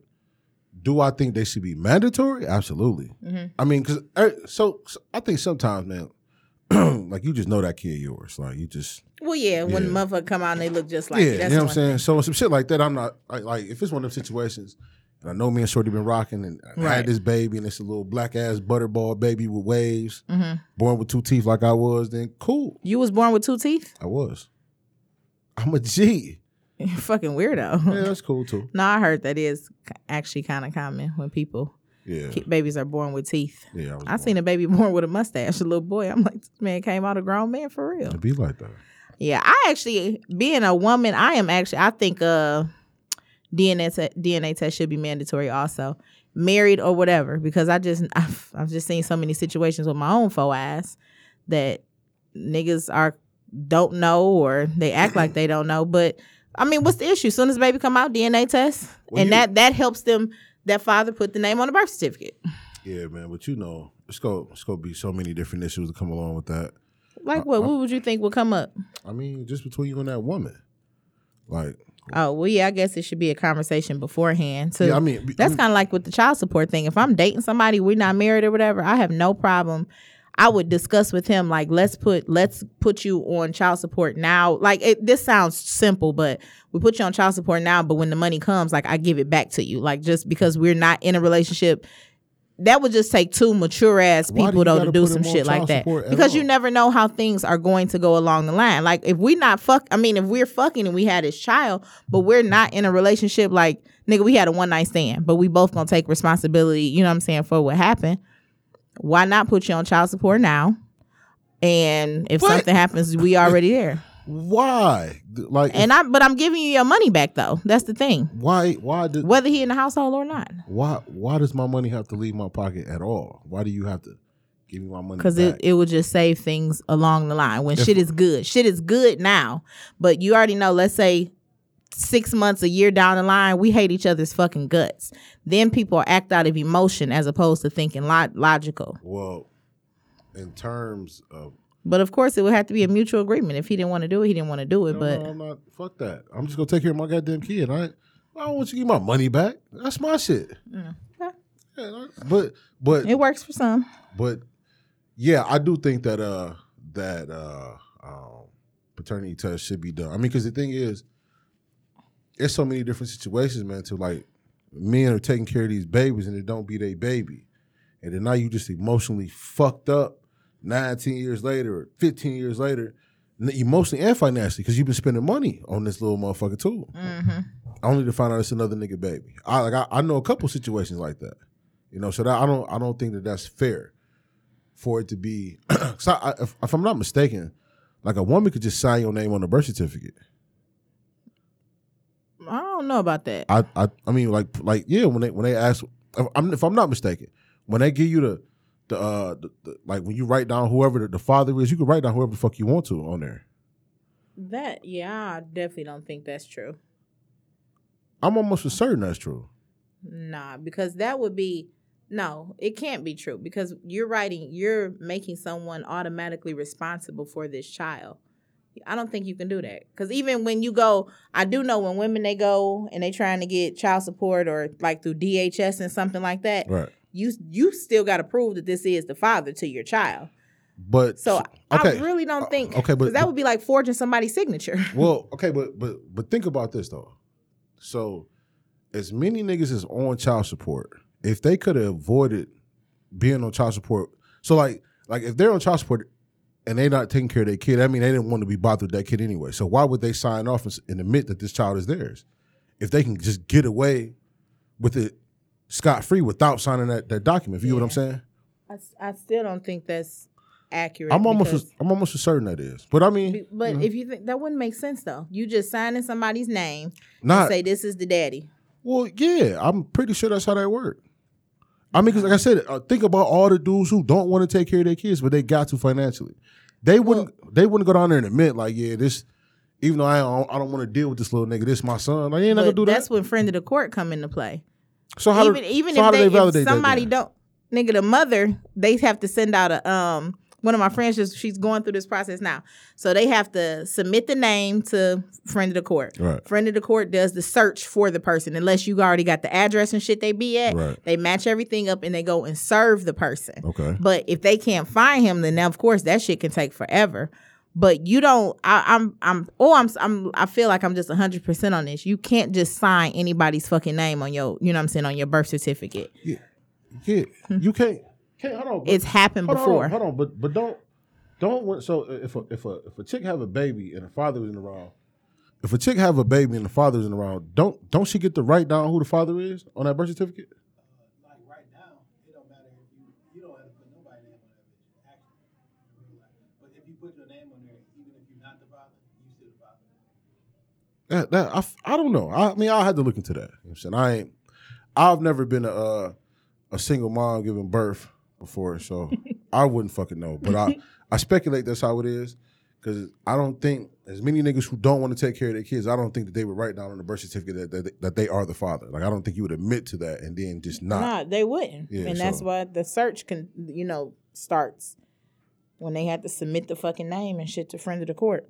S3: do I think they should be mandatory? Absolutely.
S2: Mhm.
S3: I mean, because so, so I think sometimes, man, like you just know that kid yours. Like you just
S2: Well, yeah. When
S3: Yeah.
S2: the motherfucker come out and they look just like
S3: yeah,
S2: you.
S3: you
S2: That's
S3: know what I'm
S2: one.
S3: saying. So some shit like that, I'm not like, like if it's one of them situations, and I know me and Shorty been rocking, and I
S2: Right.
S3: had this baby, and it's a little black ass butterball baby with waves,
S2: Mhm.
S3: born with two teeth like I was. Then cool,
S2: You was born with two teeth.
S3: I was. I'm a G.
S2: Fucking weirdo.
S3: Yeah, that's cool too.
S2: No, I heard that is k- actually kind of common when people
S3: Yeah,
S2: ki- babies are born with teeth.
S3: yeah. I, was
S2: I seen a baby born with a mustache, a little boy. I'm like, this man came out a grown man for real.
S3: to be like that.
S2: Yeah, I actually being a woman, I am actually I think uh DNA te- DNA test should be mandatory also, married or whatever, because I just I've, I've just seen so many situations with my own faux ass that niggas are don't know or they act like they don't know. But I mean, what's the issue? Soon as baby come out, DNA test,
S3: Well,
S2: and
S3: you-
S2: that that helps them. That father put the name on the birth certificate.
S3: Yeah, man. But you know, it's go it's gonna be so many different issues to come along with that.
S2: Like
S3: Uh-uh.
S2: what? What would you think would come up?
S3: I mean, just between you and that woman, like
S2: Oh well, yeah, I guess it should be a conversation beforehand. To
S3: yeah, I mean, be-
S2: That's kind of like with the child support thing. If I'm dating somebody, we're not married or whatever, I have no problem. I would discuss with him like let's put let's put you on child support now. Like it, this sounds simple, but we put you on child support now. But when the money comes, like I give it back to you. Like just because we're not in a relationship, that would just take two mature ass
S3: Why do
S2: people
S3: you
S2: though to
S3: gotta
S2: do
S3: put
S2: some
S3: him on
S2: shit like
S3: child
S2: that.
S3: support at
S2: Because you
S3: all?
S2: never know how things are going to go along the line. Like if we not fuck, I mean if we're fucking and we had this child, but we're not in a relationship. Like nigga, we had a one night stand, but we both gonna take responsibility. You know what I'm saying for what happened. Why not put you on child support now? And if
S3: What?
S2: something happens, we already there.
S3: why? Th- Like,
S2: And I, but I'm giving you your money back though. That's the thing.
S3: why? Why did?
S2: Whether he in the household or not,
S3: Why? Why does my money have to leave my pocket at all? Why do you have to give me my money?
S2: because
S3: back?
S2: it, it would just save things along the line when
S3: If-
S2: shit is good. Shit is good now, but you already know. Let's say six months, a year down the line, we hate each other's fucking guts. Then people act out of emotion as opposed to thinking lo- logical.
S3: well, in terms of,
S2: But of course, it would have to be a mutual agreement. If he didn't want to do it, he didn't want to do it.
S3: no,
S2: but
S3: no, I'm not. Fuck that. I'm just gonna take care of my goddamn kid. I, I don't want you to give my money back. That's my shit.
S2: Yeah. Okay.
S3: Yeah, I- but but
S2: it works for some.
S3: but yeah, I do think that uh that uh um, paternity test should be done. I mean, because the thing is, there's so many different situations, man. To like, men are taking care of these babies and it don't be their baby, and then now you just emotionally fucked up. Nineteen years later, or fifteen years later, n- emotionally and financially because you've been spending money on this little motherfucker too.
S2: Mm-hmm.
S3: Only to find out it's another nigga baby. I like I, I know a couple situations like that. You know, so that I don't I don't think that that's fair for it to be. 'cause I, I- if, if I'm not mistaken, like a woman could just sign your name on a birth certificate.
S2: I don't know about that.
S3: I, I I mean like like yeah when they when they ask if I'm, if I'm not mistaken when they give you the the, uh, the, the like when you write down whoever the, the father is you can write down whoever the fuck you want to on there.
S2: that yeah, I definitely don't think that's true.
S3: I'm almost for certain that's true.
S2: Nah, because that would be no, it can't be true because you're writing, you're making someone automatically responsible for this child. I don't think you can do that because even when you go, I do know when women they go and they trying to get child support or like through DHS and something like that,
S3: Right.
S2: you you still got to prove that this is the father to your child.
S3: But
S2: So
S3: okay. Uh,
S2: I really don't think
S3: okay, but-
S2: 'cause that would be like forging somebody's signature.
S3: well, okay, but but but think about this though. So as many niggas is on child support, if they could have avoided being on child support, so like like if they're on child support and they not taking care of their kid, I mean they didn't want to be bothered with that kid anyway. So why would they sign off and, s- and admit that this child is theirs if they can just get away with it scot free without signing that, that document? You get what I'm saying?
S2: I, s- I still don't think that's accurate.
S3: I'm almost
S2: because-
S3: I'm almost certain that is, but I mean
S2: Be- But if you think that wouldn't make sense though, you just sign in somebody's name and
S3: not
S2: say this is the daddy.
S3: Well, yeah, I'm pretty sure that's how that worked. I mean, because like I said, uh, think about all the dudes who don't want to take care of their kids, but they got to financially. They wouldn't. they wouldn't go down there and admit, like, yeah, this. Even though I don't, I don't want to deal with this little nigga, this my son. Like, you ain't not gonna
S2: But
S3: do
S2: that's
S3: that.
S2: when friend of the court come into play.
S3: So how
S2: even
S3: do,
S2: even
S3: so how
S2: if,
S3: do
S2: they,
S3: they validate
S2: if somebody
S3: that?
S2: don't nigga the mother, they have to send out a um one of my friends just she's going through this process now. So they have to submit the name to friend of the court.
S3: Right.
S2: Friend of the court does the search for the person unless you already got the address and shit they be at.
S3: Right.
S2: They match everything up and they go and serve the person.
S3: Okay.
S2: But if they can't find him, then now, of course that shit can take forever. But you don't. I, I'm. I'm. Oh, I'm. I'm. I feel like I'm just hundred percent on this. You can't just sign anybody's fucking name on your. You know what I'm saying on your birth certificate.
S3: Yeah, you can't. Can't hold on. bro.
S2: It's happened
S3: hold
S2: before.
S3: On, hold on, but but don't don't want so if a, if a if a chick have a baby and the father is in the wrong. If a chick have a baby and the father is in the wrong, don't don't she get to write down who the father is on that birth certificate?
S4: like right now, it don't matter if you you don't have to put nobody's name on that bitch, actually, in real life. But if you put your name on there, even if you're not the father, you still the father.
S3: That, that I, f- I don't know. I, mean, I had to look into that. You know what I'm saying I ain't. I've never been a uh, a single mom giving birth before, so I wouldn't fucking know. But I I speculate that's how it is because I don't think as many niggas who don't want to take care of their kids. I don't think that they would write down on the birth certificate that that, that they are the father. Like I don't think you would admit to that and then just not.
S2: Nah, they wouldn't.
S3: Yeah,
S2: and that's
S3: so-
S2: why the search can. You know starts when they had to submit the fucking name and shit to friend of the court.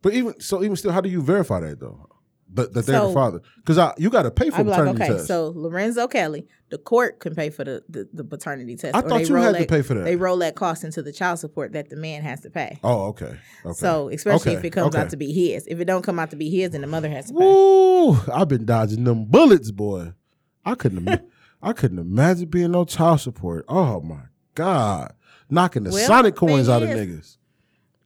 S3: But even so, even still, how do you verify that though? That, that they're the
S2: So-
S3: father? Because I you got to pay for
S2: I'd be like,
S3: paternity
S2: okay,
S3: test.
S2: so Lorenzo Kelly, the court can pay for the the, the paternity test.
S3: I
S2: or
S3: thought
S2: they
S3: you
S2: roll
S3: had to pay for that.
S2: They roll that cost into the child support that the man has to pay.
S3: oh, okay. okay.
S2: So especially if
S3: Okay,
S2: it comes
S3: okay.
S2: out to be his. If it don't come out to be his, then the mother has to pay.
S3: Woo! I've been dodging them bullets, boy. I couldn't. Im- I couldn't imagine being on child support. Oh my god, knocking the
S2: Well,
S3: Sonic
S2: the
S3: coins
S2: thing
S3: out of
S2: is-
S3: niggas.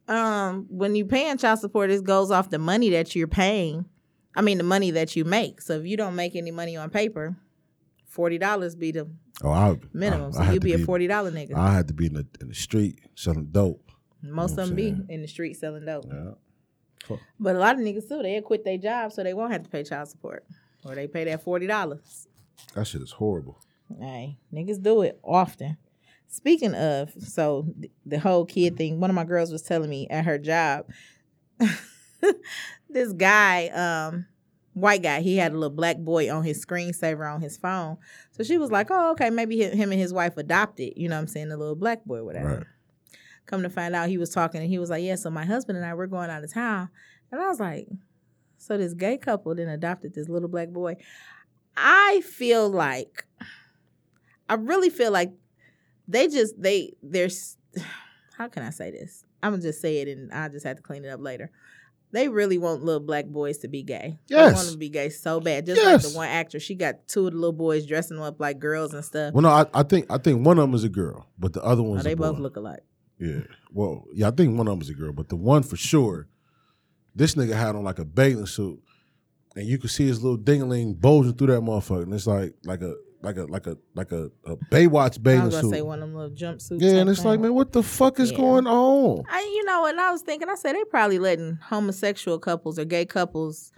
S2: Um, when you paying child support, it goes off the money that you're paying. I mean, the money that you make. So if you don't make any money on paper, forty dollars be the
S3: Oh, I
S2: minimum.
S3: I, I
S2: so
S3: had
S2: you
S3: to
S2: be a forty dollar nigga.
S3: I had to be in the in the street selling dope.
S2: Most
S3: know
S2: of them
S3: what I'm
S2: be
S3: saying?
S2: in the street selling dope.
S3: Yeah.
S2: But a lot of niggas too, they'll quit their job so they won't have to pay child support. Or they pay that forty dollars.
S3: That shit is horrible.
S2: Hey, niggas do it often. Speaking of, so th- the whole kid thing, one of my girls was telling me at her job, this guy, um, white guy, he had a little black boy on his screensaver on his phone. So she was like, oh, okay, maybe hi- him and his wife adopted, you know what I'm saying, the little black boy, whatever.
S3: Right.
S2: Come to find out, he was talking and he was like, yeah, so my husband and I, we're going out of town. And I was like, so this gay couple then adopted this little black boy. I feel like I really feel like they just they there's how can I say this? I'm gonna just say it and I just have to clean it up later. They really want little black boys to be gay. They
S3: Yes.
S2: want them to be gay so bad. Just like
S3: Yes.
S2: the one actress, she got two of the little boys dressing them up like girls and stuff.
S3: Well, no, I, I think I think one of them is a girl, but the other
S2: Oh,
S3: one's
S2: they
S3: a boy.
S2: both look alike.
S3: Yeah. Well, yeah, I think one of them was a girl, but the one for sure, this nigga had on like a bathing suit, and you could see his little dingling bulging through that motherfucker, and it's like like a like a like a like a, a Baywatch
S2: I
S3: bathing
S2: was gonna
S3: suit.
S2: say one of them little jumpsuits.
S3: yeah,
S2: type
S3: and it's like,
S2: thing.
S3: man, what the fuck is
S2: Yeah.
S3: going on?
S2: I, you know, and I was thinking, I said they probably letting homosexual couples or gay couples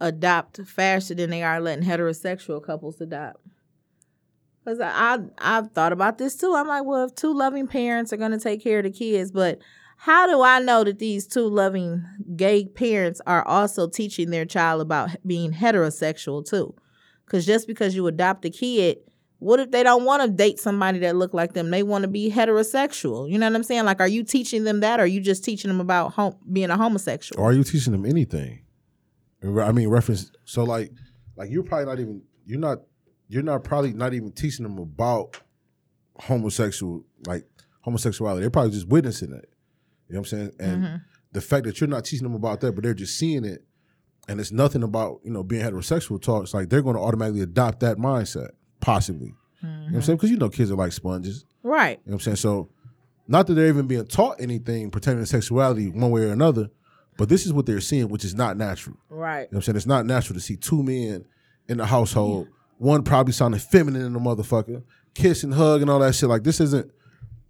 S2: adopt faster than they are letting heterosexual couples adopt. Cause I, I I've thought about this too. I'm like, well, if two loving parents are gonna take care of the kids, but how do I know that these two loving gay parents are also teaching their child about being heterosexual too? Cause just because you adopt a kid what if they don't want to date somebody that look like them? They want to be heterosexual. You know what I'm saying? Like, are you teaching them that, or are you just teaching them about hom being a homosexual?
S3: Or are you teaching them anything? Re- I mean, reference. So like, like you're probably not even you're not you're not probably not even teaching them about homosexual like homosexuality. They're probably just witnessing it. You know what I'm saying? And
S2: Mhm.
S3: the fact that you're not teaching them about that, but they're just seeing it, and it's nothing about you know being heterosexual talk. It's like they're going to automatically adopt that mindset, possibly. You know what I'm saying? Because you know kids are like sponges.
S2: Right.
S3: You know what I'm saying? So, not that they're even being taught anything pertaining to sexuality one way or another, but this is what they're seeing, which is not natural.
S2: Right.
S3: You know what I'm saying? It's not natural to see two men in the household, one probably sounding feminine in the motherfucker, kiss and hug and all that shit. Like this isn't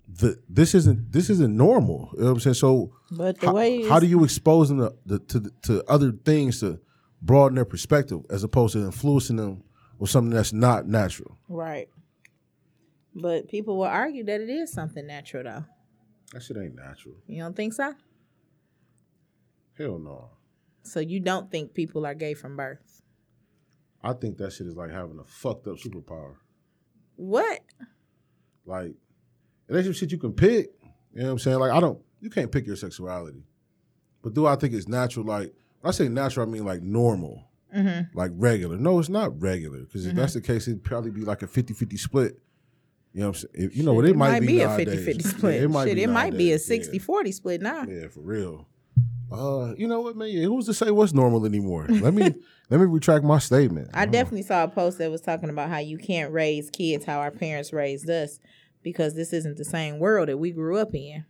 S3: the this isn't this isn't normal. You know what I'm saying? So
S2: But the
S3: how,
S2: way
S3: how do you expose them to, the, to the- to other things to broaden their perspective as opposed to influencing them with something that's not natural?
S2: right. But people will argue that it is something natural, though.
S3: That shit ain't natural.
S2: You don't think so?
S3: Hell no.
S2: So you don't think people are gay from birth?
S3: I think that shit is like having a fucked up superpower.
S2: What?
S3: Like, it ain't some shit you can pick. You know what I'm saying? Like, I don't, you can't pick your sexuality. But do I think it's natural? Like, when I say natural, I mean like normal,
S2: hmm
S3: like regular. No, it's not regular. Because if
S2: Mm-hmm.
S3: that's the case, it'd probably be like a 50 50 split. You know what I'm saying? If- you know what? It, might, be,
S2: a
S3: nowadays.
S2: 50-50
S3: Yeah,
S2: split.
S3: it might
S2: Shit,
S3: be,
S2: it might be a
S3: nowadays. Yeah.
S2: 60-40 split now.
S3: Yeah, for real. Uh, you know what, man? Yeah, Who's to say what's normal anymore? Let me let me retract my statement.
S2: I
S3: don't-
S2: definitely saw a post that was talking about how you can't raise kids how our parents raised us because this isn't the same world that we grew up in,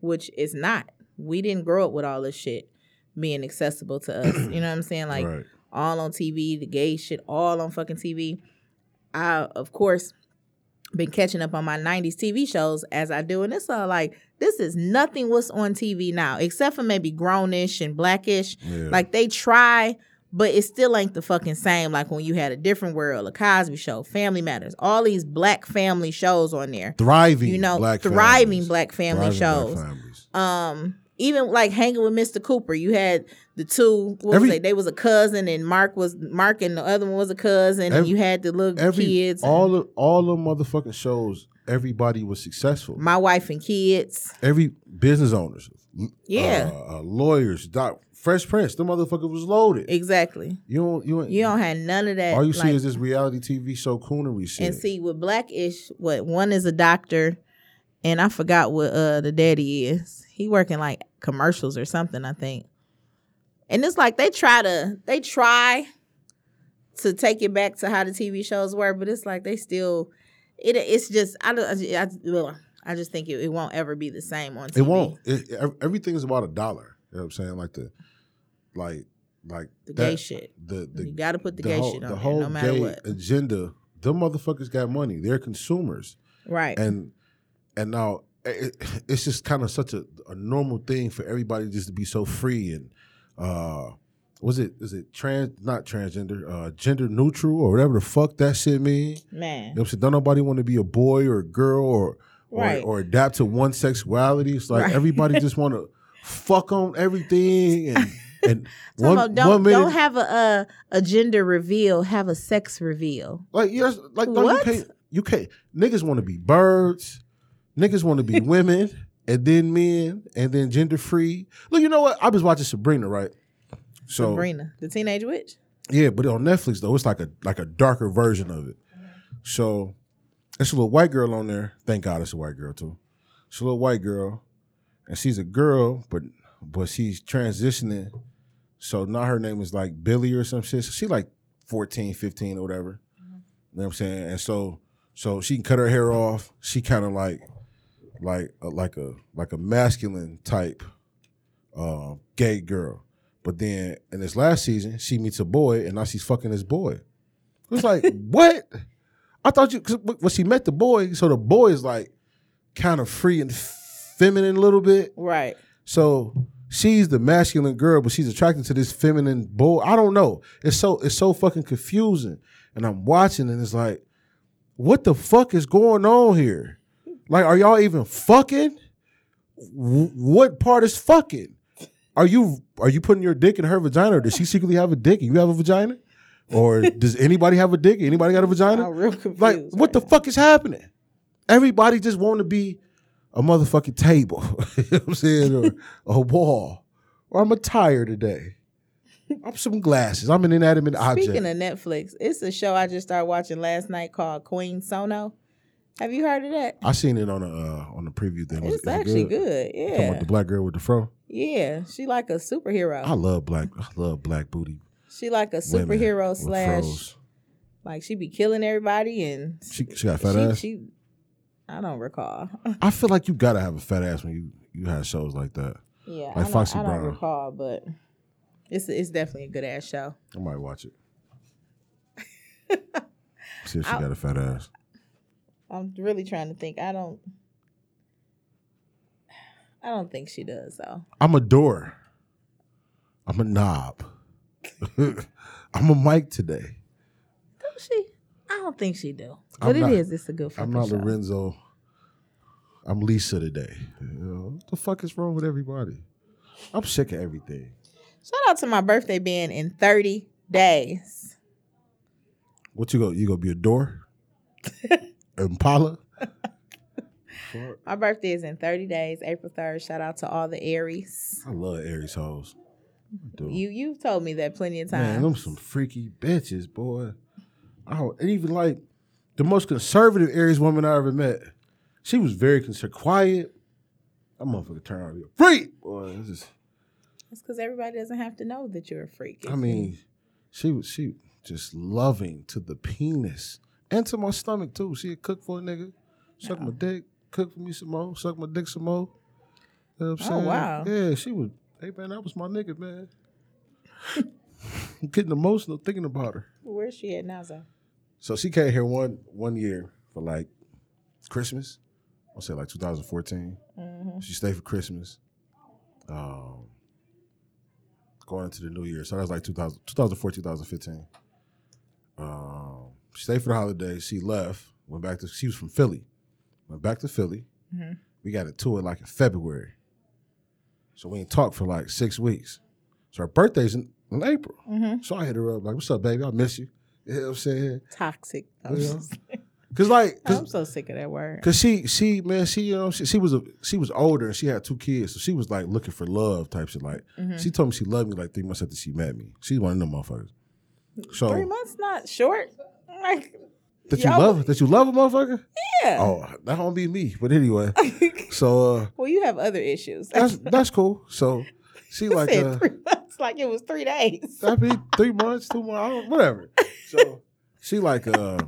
S2: which is not. We didn't grow up with all this shit being accessible to us. you know what I'm saying? Like
S3: Right.
S2: all on TV, the gay shit all on fucking TV. I of course been catching up on my 90s TV shows as I do and it's all like this is nothing what's on TV now except for maybe grownish and blackish
S3: Yeah.
S2: like they try, but it still ain't the fucking same. Like when you had a different world, a Cosby Show, Family Matters, all these black family shows on there.
S3: thriving,
S2: You know,
S3: black
S2: thriving
S3: families.
S2: black family
S3: Thriving
S2: shows.
S3: black families.
S2: Um, even like hanging with Mr. Cooper, you had the two. What
S3: Every-
S2: was they? They was a cousin, and Mark was Mark, and the other one was a cousin. and
S3: Every-
S2: you had the little
S3: Every
S2: kids, and
S3: all of all the motherfucking shows, everybody was successful.
S2: my wife and kids.
S3: Every business owners,
S2: Yeah,
S3: uh, uh, lawyers, doc, Fresh Prince, the motherfucker was loaded.
S2: exactly.
S3: you don't, you, don't,
S2: You don't have none of that.
S3: all you
S2: like-
S3: see is this reality TV show coonery shit.
S2: And see, with Blackish, what one is a doctor, and I forgot what uh the daddy is. He working like commercials or something, I think. And it's like they try to they try to take it back to how the TV shows were, but it's like they still it it's just I don't I, ju- I, well, I just think it, it won't ever be the same on TV.
S3: it won't. It, it, everything's about a dollar. You know what I'm saying? Like the, like, like
S2: The
S3: that-
S2: gay shit.
S3: The the
S2: you got to put the, gay
S3: whole,
S2: shit
S3: the
S2: on there,
S3: whole
S2: no matter
S3: gay
S2: what.
S3: agenda. Them motherfuckers got money. They're consumers.
S2: Right.
S3: and and now it, it's just kind of such a, a normal thing for everybody just to be so free and uh was it is it trans not transgender uh gender neutral or whatever the fuck that shit mean
S2: Man.
S3: you know what I'm saying? don't nobody want to be a boy or a girl or or,
S2: Right.
S3: or adapt to one sexuality it's like
S2: Right.
S3: everybody just want to fuck on everything and and
S2: Talking
S3: one,
S2: about don't
S3: one minute
S2: don't have a, a a gender reveal, have a sex reveal.
S3: Like yes, like no, you
S2: What?
S3: can't. You can't. Niggas want to be birds. Niggas want to be women, and then men, and then gender free. Look, you know what? I was watching Sabrina, right? So
S2: Sabrina, the teenage witch.
S3: yeah, but on Netflix though, it's like a like a darker version of it. So it's a little white girl on there. Thank God it's a white girl too. It's a little white girl, and she's a girl, but but she's transitioning. So now her name is like Billy or some shit. So she like 14, 15 or whatever. You know what I'm saying? And so so she can cut her hair off. She kind of like like a, like a like a masculine type uh, gay girl. But then in this last season, she meets a boy, and now she's fucking this boy. It was like what? I thought you 'cause w- when she met the boy, so the boy is like kind of free and feminine a little bit.
S2: Right.
S3: So she's the masculine girl, but she's attracted to this feminine boy. I don't know. It's so it's so fucking confusing. And I'm watching and it's like, what the fuck is going on here? Like, are y'all even fucking? W- what part is fucking? Are you are you putting your dick in her vagina? Or does she secretly have a dick? and You have a vagina? Or does anybody have a dick? Anybody got a vagina?
S2: I'm real confused.
S3: Like, what
S2: right
S3: the fuck is happening? Everybody just want to be a motherfucking table. you know what I'm saying? Or a wall. Or I'm a tire today. I'm some glasses. I'm an inanimate object.
S2: Speaking of Netflix, it's a show I just started watching last night called Queen Sono. Have you heard of that?
S3: I seen it on the uh, on the preview thing. Was-
S2: It's
S3: is it
S2: actually good.
S3: Talking about
S2: Yeah.
S3: the black girl with the fro.
S2: Yeah. She like a superhero.
S3: I love black. I love black booty.
S2: she like a
S3: women
S2: superhero
S3: with
S2: slash
S3: fros.
S2: like she be killing everybody and
S3: She, she got a fat
S2: she,
S3: ass.
S2: she I don't recall.
S3: I feel like you gotta have a fat ass when you you have shows like that.
S2: yeah. I,
S3: Like
S2: don't,
S3: Foxy
S2: I don't
S3: Brown.
S2: recall, but it's it's definitely a good ass show.
S3: I might watch it. See if she got a fat ass.
S2: I'm really trying to think. I don't I don't think she does though.
S3: I'm a door. I'm a knob. I'm a mic today.
S2: Don't she? I don't think she do.
S3: I'm
S2: But it
S3: not-
S2: is. It's a good fucking
S3: I'm not
S2: show.
S3: Lorenzo. I'm Lisa today. You know, what the fuck is wrong with everybody? I'm sick of everything.
S2: Shout out to my birthday being in 30 days.
S3: What you go? You gonna be a door? Impala? Fuck.
S2: My birthday is in 30 days, April 3rd. Shout out to all the Aries.
S3: I love Aries hoes. I do.
S2: You you've told me that plenty of times.
S3: Man, them some freaky bitches, boy. Oh, and even like the most conservative Aries woman I ever met. She was very conser- quiet. That motherfucker turned out to be a freak, boy. It's just,
S2: That's because everybody doesn't have to know that you're a freak.
S3: I mean, she was she just loving to the penis and to my stomach too. She would cook for a nigga, suck my dick, cook for me some more, suck my dick some more. You know what I'm
S2: Oh,
S3: saying?
S2: wow.
S3: Yeah, she was. Hey man, that was my nigga, man. I'm getting emotional thinking about her.
S2: where's she at now, Zay?
S3: So she came here one one year for like Christmas. I'll say like 2014.
S2: Mhm.
S3: She stayed for Christmas. Um, going into the new year. So that was like 2000, 2004, 2015. Um, she stayed for the holidays. She left, went back to, she was from Philly. Went back to Philly.
S2: Mhm.
S3: We got a tour like in February. So we ain't talked for like six weeks. So her birthday's in, in April.
S2: Mhm.
S3: So I hit her up like, what's up, baby? I miss you. You know what I'm saying?
S2: Toxic. I'm,
S3: Yeah.
S2: just-
S3: Cause like,
S2: Oh, I'm
S3: cause,
S2: so sick of that word.
S3: cause she, she, man, she, you know, she, she was a, she was older and she had two kids, so she was like looking for love type shit. Like,
S2: Mhm.
S3: she told me she loved me like three months after she met me. She's one of them motherfuckers. So
S2: Three months not short. Like,
S3: that you
S2: Y'all-
S3: love, that you love a motherfucker.
S2: yeah.
S3: Oh, that don't be me. But anyway, so uh,
S2: well, you have other issues.
S3: that's that's cool. So she like,
S2: said
S3: uh,
S2: three months like it was three days.
S3: I mean, three months, two months, I don't, whatever. So she like, uh,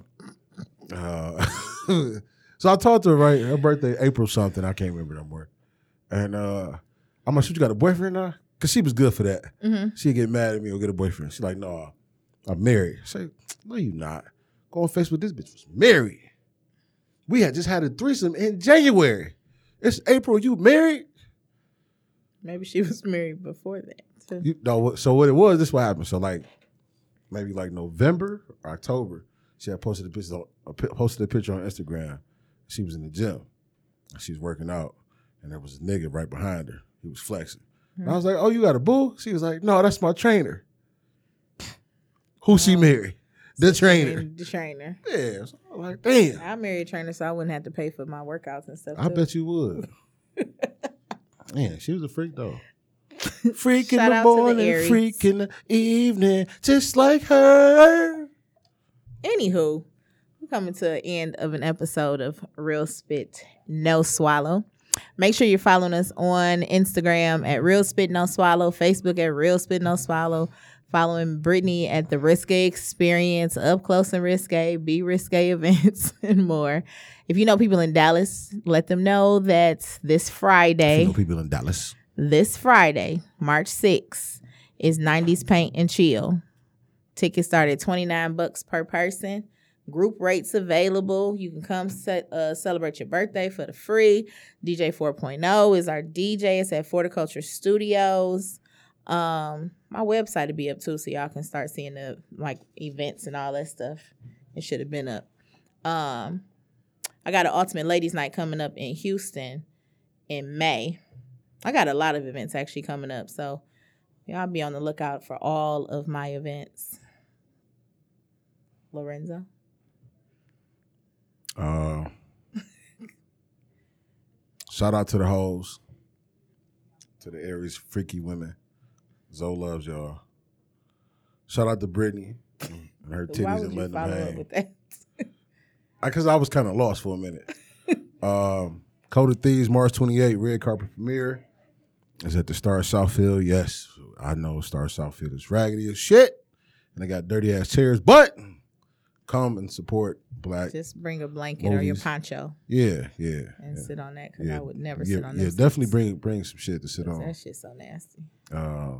S3: uh, so I talked to her right her birthday, April something. I can't remember no more. And uh, I'm like, "Shoot, you got a boyfriend now?" Cause she was good for that.
S2: Mhm.
S3: She'd get mad at me or get a boyfriend. She's like, "No, I'm married." I say, "No, you not." Go on Facebook. This bitch was married. We had just had a threesome in January. It's April. You married?
S2: Maybe she was married before that. too.
S3: You no. what- So what it was? This what happened. So like, maybe like November, or October. She had posted a picture on a pi- posted a picture on Instagram. She was in the gym. She was working out, and there was a nigga right behind her. He was flexing. And I was like, "Oh, you got a boo?" She was like, "No, that's my trainer." Who she married? The trainer.
S2: And the trainer.
S3: Yeah. So I was like, damn.
S2: I married a trainer, so I wouldn't have to pay for my workouts and stuff.
S3: I
S2: too.
S3: bet you would. Man, she was a freak though. Freak
S2: Shout
S3: in the
S2: out to the
S3: morning,
S2: Aries.
S3: freak in the evening, just like her.
S2: Anywho, we're coming to the end of an episode of Real Spit No Swallow. Make sure you're following us on Instagram at Real Spit No Swallow, Facebook at Real Spit No Swallow, following Brittany at the Risque Experience, up close and risque, be risque events, and more. If you know people in Dallas, let them know that this
S3: If you
S2: Friday,
S3: know people in Dallas.
S2: this Friday, March 6th, is 90s Paint and Chill. Tickets start at 29 bucks per person. Group rates available. You can come se- uh, celebrate your birthday for the free. DJ 4.0 is our DJ. It's at Forticulture Studios. Um, my website will be up too, so y'all can start seeing the like events and all that stuff. It should have been up. Um, I got an Ultimate Ladies Night coming up in Houston in May. I got a lot of events actually coming up, so y'all be on the lookout for all of my events. Lorenzo,
S3: Uh, shout out to the hoes, to the Aries freaky women. Zoe loves y'all. Shout out to Brittany and her
S2: why
S3: titties
S2: would
S3: and
S2: you
S3: letting
S2: follow
S3: them
S2: up
S3: hang.
S2: with that?
S3: Because I, was kind of lost for a minute. um, Code of Thieves, March 28, red carpet premiere. It's at the Star Southfield. Yes, I know Star Southfield is raggedy as shit, and they got dirty ass chairs. But come and support Black.
S2: Just bring a blanket or your
S3: Movies.
S2: poncho
S3: Yeah, yeah.
S2: and sit on that because
S3: Yeah,
S2: I would never
S3: yeah,
S2: sit on that.
S3: yeah definitely bring bring some shit to sit on.
S2: That shit's so nasty.
S3: Uh,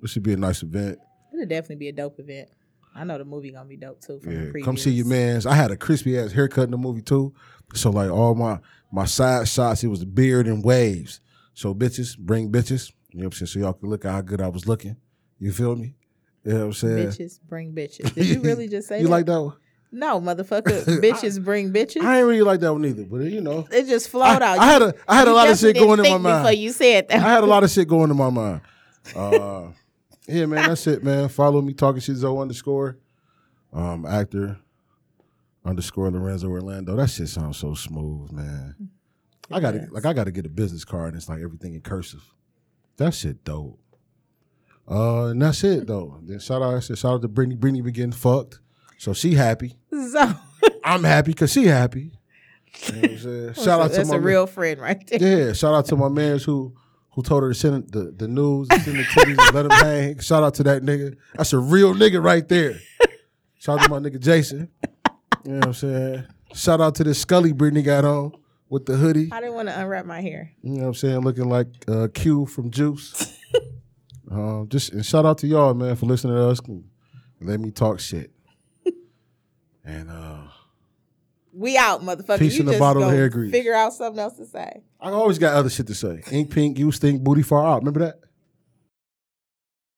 S3: this should be a nice event.
S2: It'll definitely be a dope event. I know the movie gonna be dope too. From
S3: Yeah,
S2: the
S3: come see your
S2: previews.
S3: man's. I had a crispy ass haircut in the movie too, so like all my my side shots, it was beard and waves. So bitches, bring bitches. You know what I'm saying? So y'all can look at how good I was looking. You feel me? You know what I'm saying?
S2: Bitches bring bitches. Did you really just say
S3: you
S2: that?
S3: like that one?
S2: No, motherfucker. bitches bring bitches.
S3: I ain't really like that one either, but you know,
S2: it just flowed
S3: I,
S2: out.
S3: I had a I had a
S2: You
S3: lot of shit
S2: definitely
S3: going in my
S2: think Before
S3: mind.
S2: you said
S3: I
S2: that,
S3: had a lot of shit going in my mind. Uh, yeah, man, that's it, man. Follow me, talking shit, Zoe underscore, um, actor underscore Lorenzo Orlando. That shit sounds so smooth, man. I got to
S2: Yes.
S3: like I got to get a business card. and It's like everything in cursive. That shit dope. Uh, and that's it though. Then shout out, I said shout out to Brittany. Brittany been getting fucked, so she happy.
S2: so
S3: I'm happy because she happy. You know what I'm saying? shout out to
S2: that's
S3: my
S2: a real friend right there.
S3: yeah, shout out to my mans who who told her to send the, the news, send the titties, and let him hang. Shout out to that nigga. That's a real nigga right there. Shout out to my nigga Jason. You know what I'm saying? Shout out to this Scully Brittany got on with the hoodie.
S2: I didn't want to unwrap my hair.
S3: You know what I'm saying? Looking like uh, Q from Juice. um, just and shout out to y'all, man, for listening to us. and Let me talk shit. And uh,
S2: We out, motherfucker.
S3: Peace
S2: you
S3: in a
S2: just
S3: bottle of
S2: gonna
S3: hair grease.
S2: Figure out something else to say.
S3: I always got other shit to say. Ink pink, you stink, booty far out. Remember that?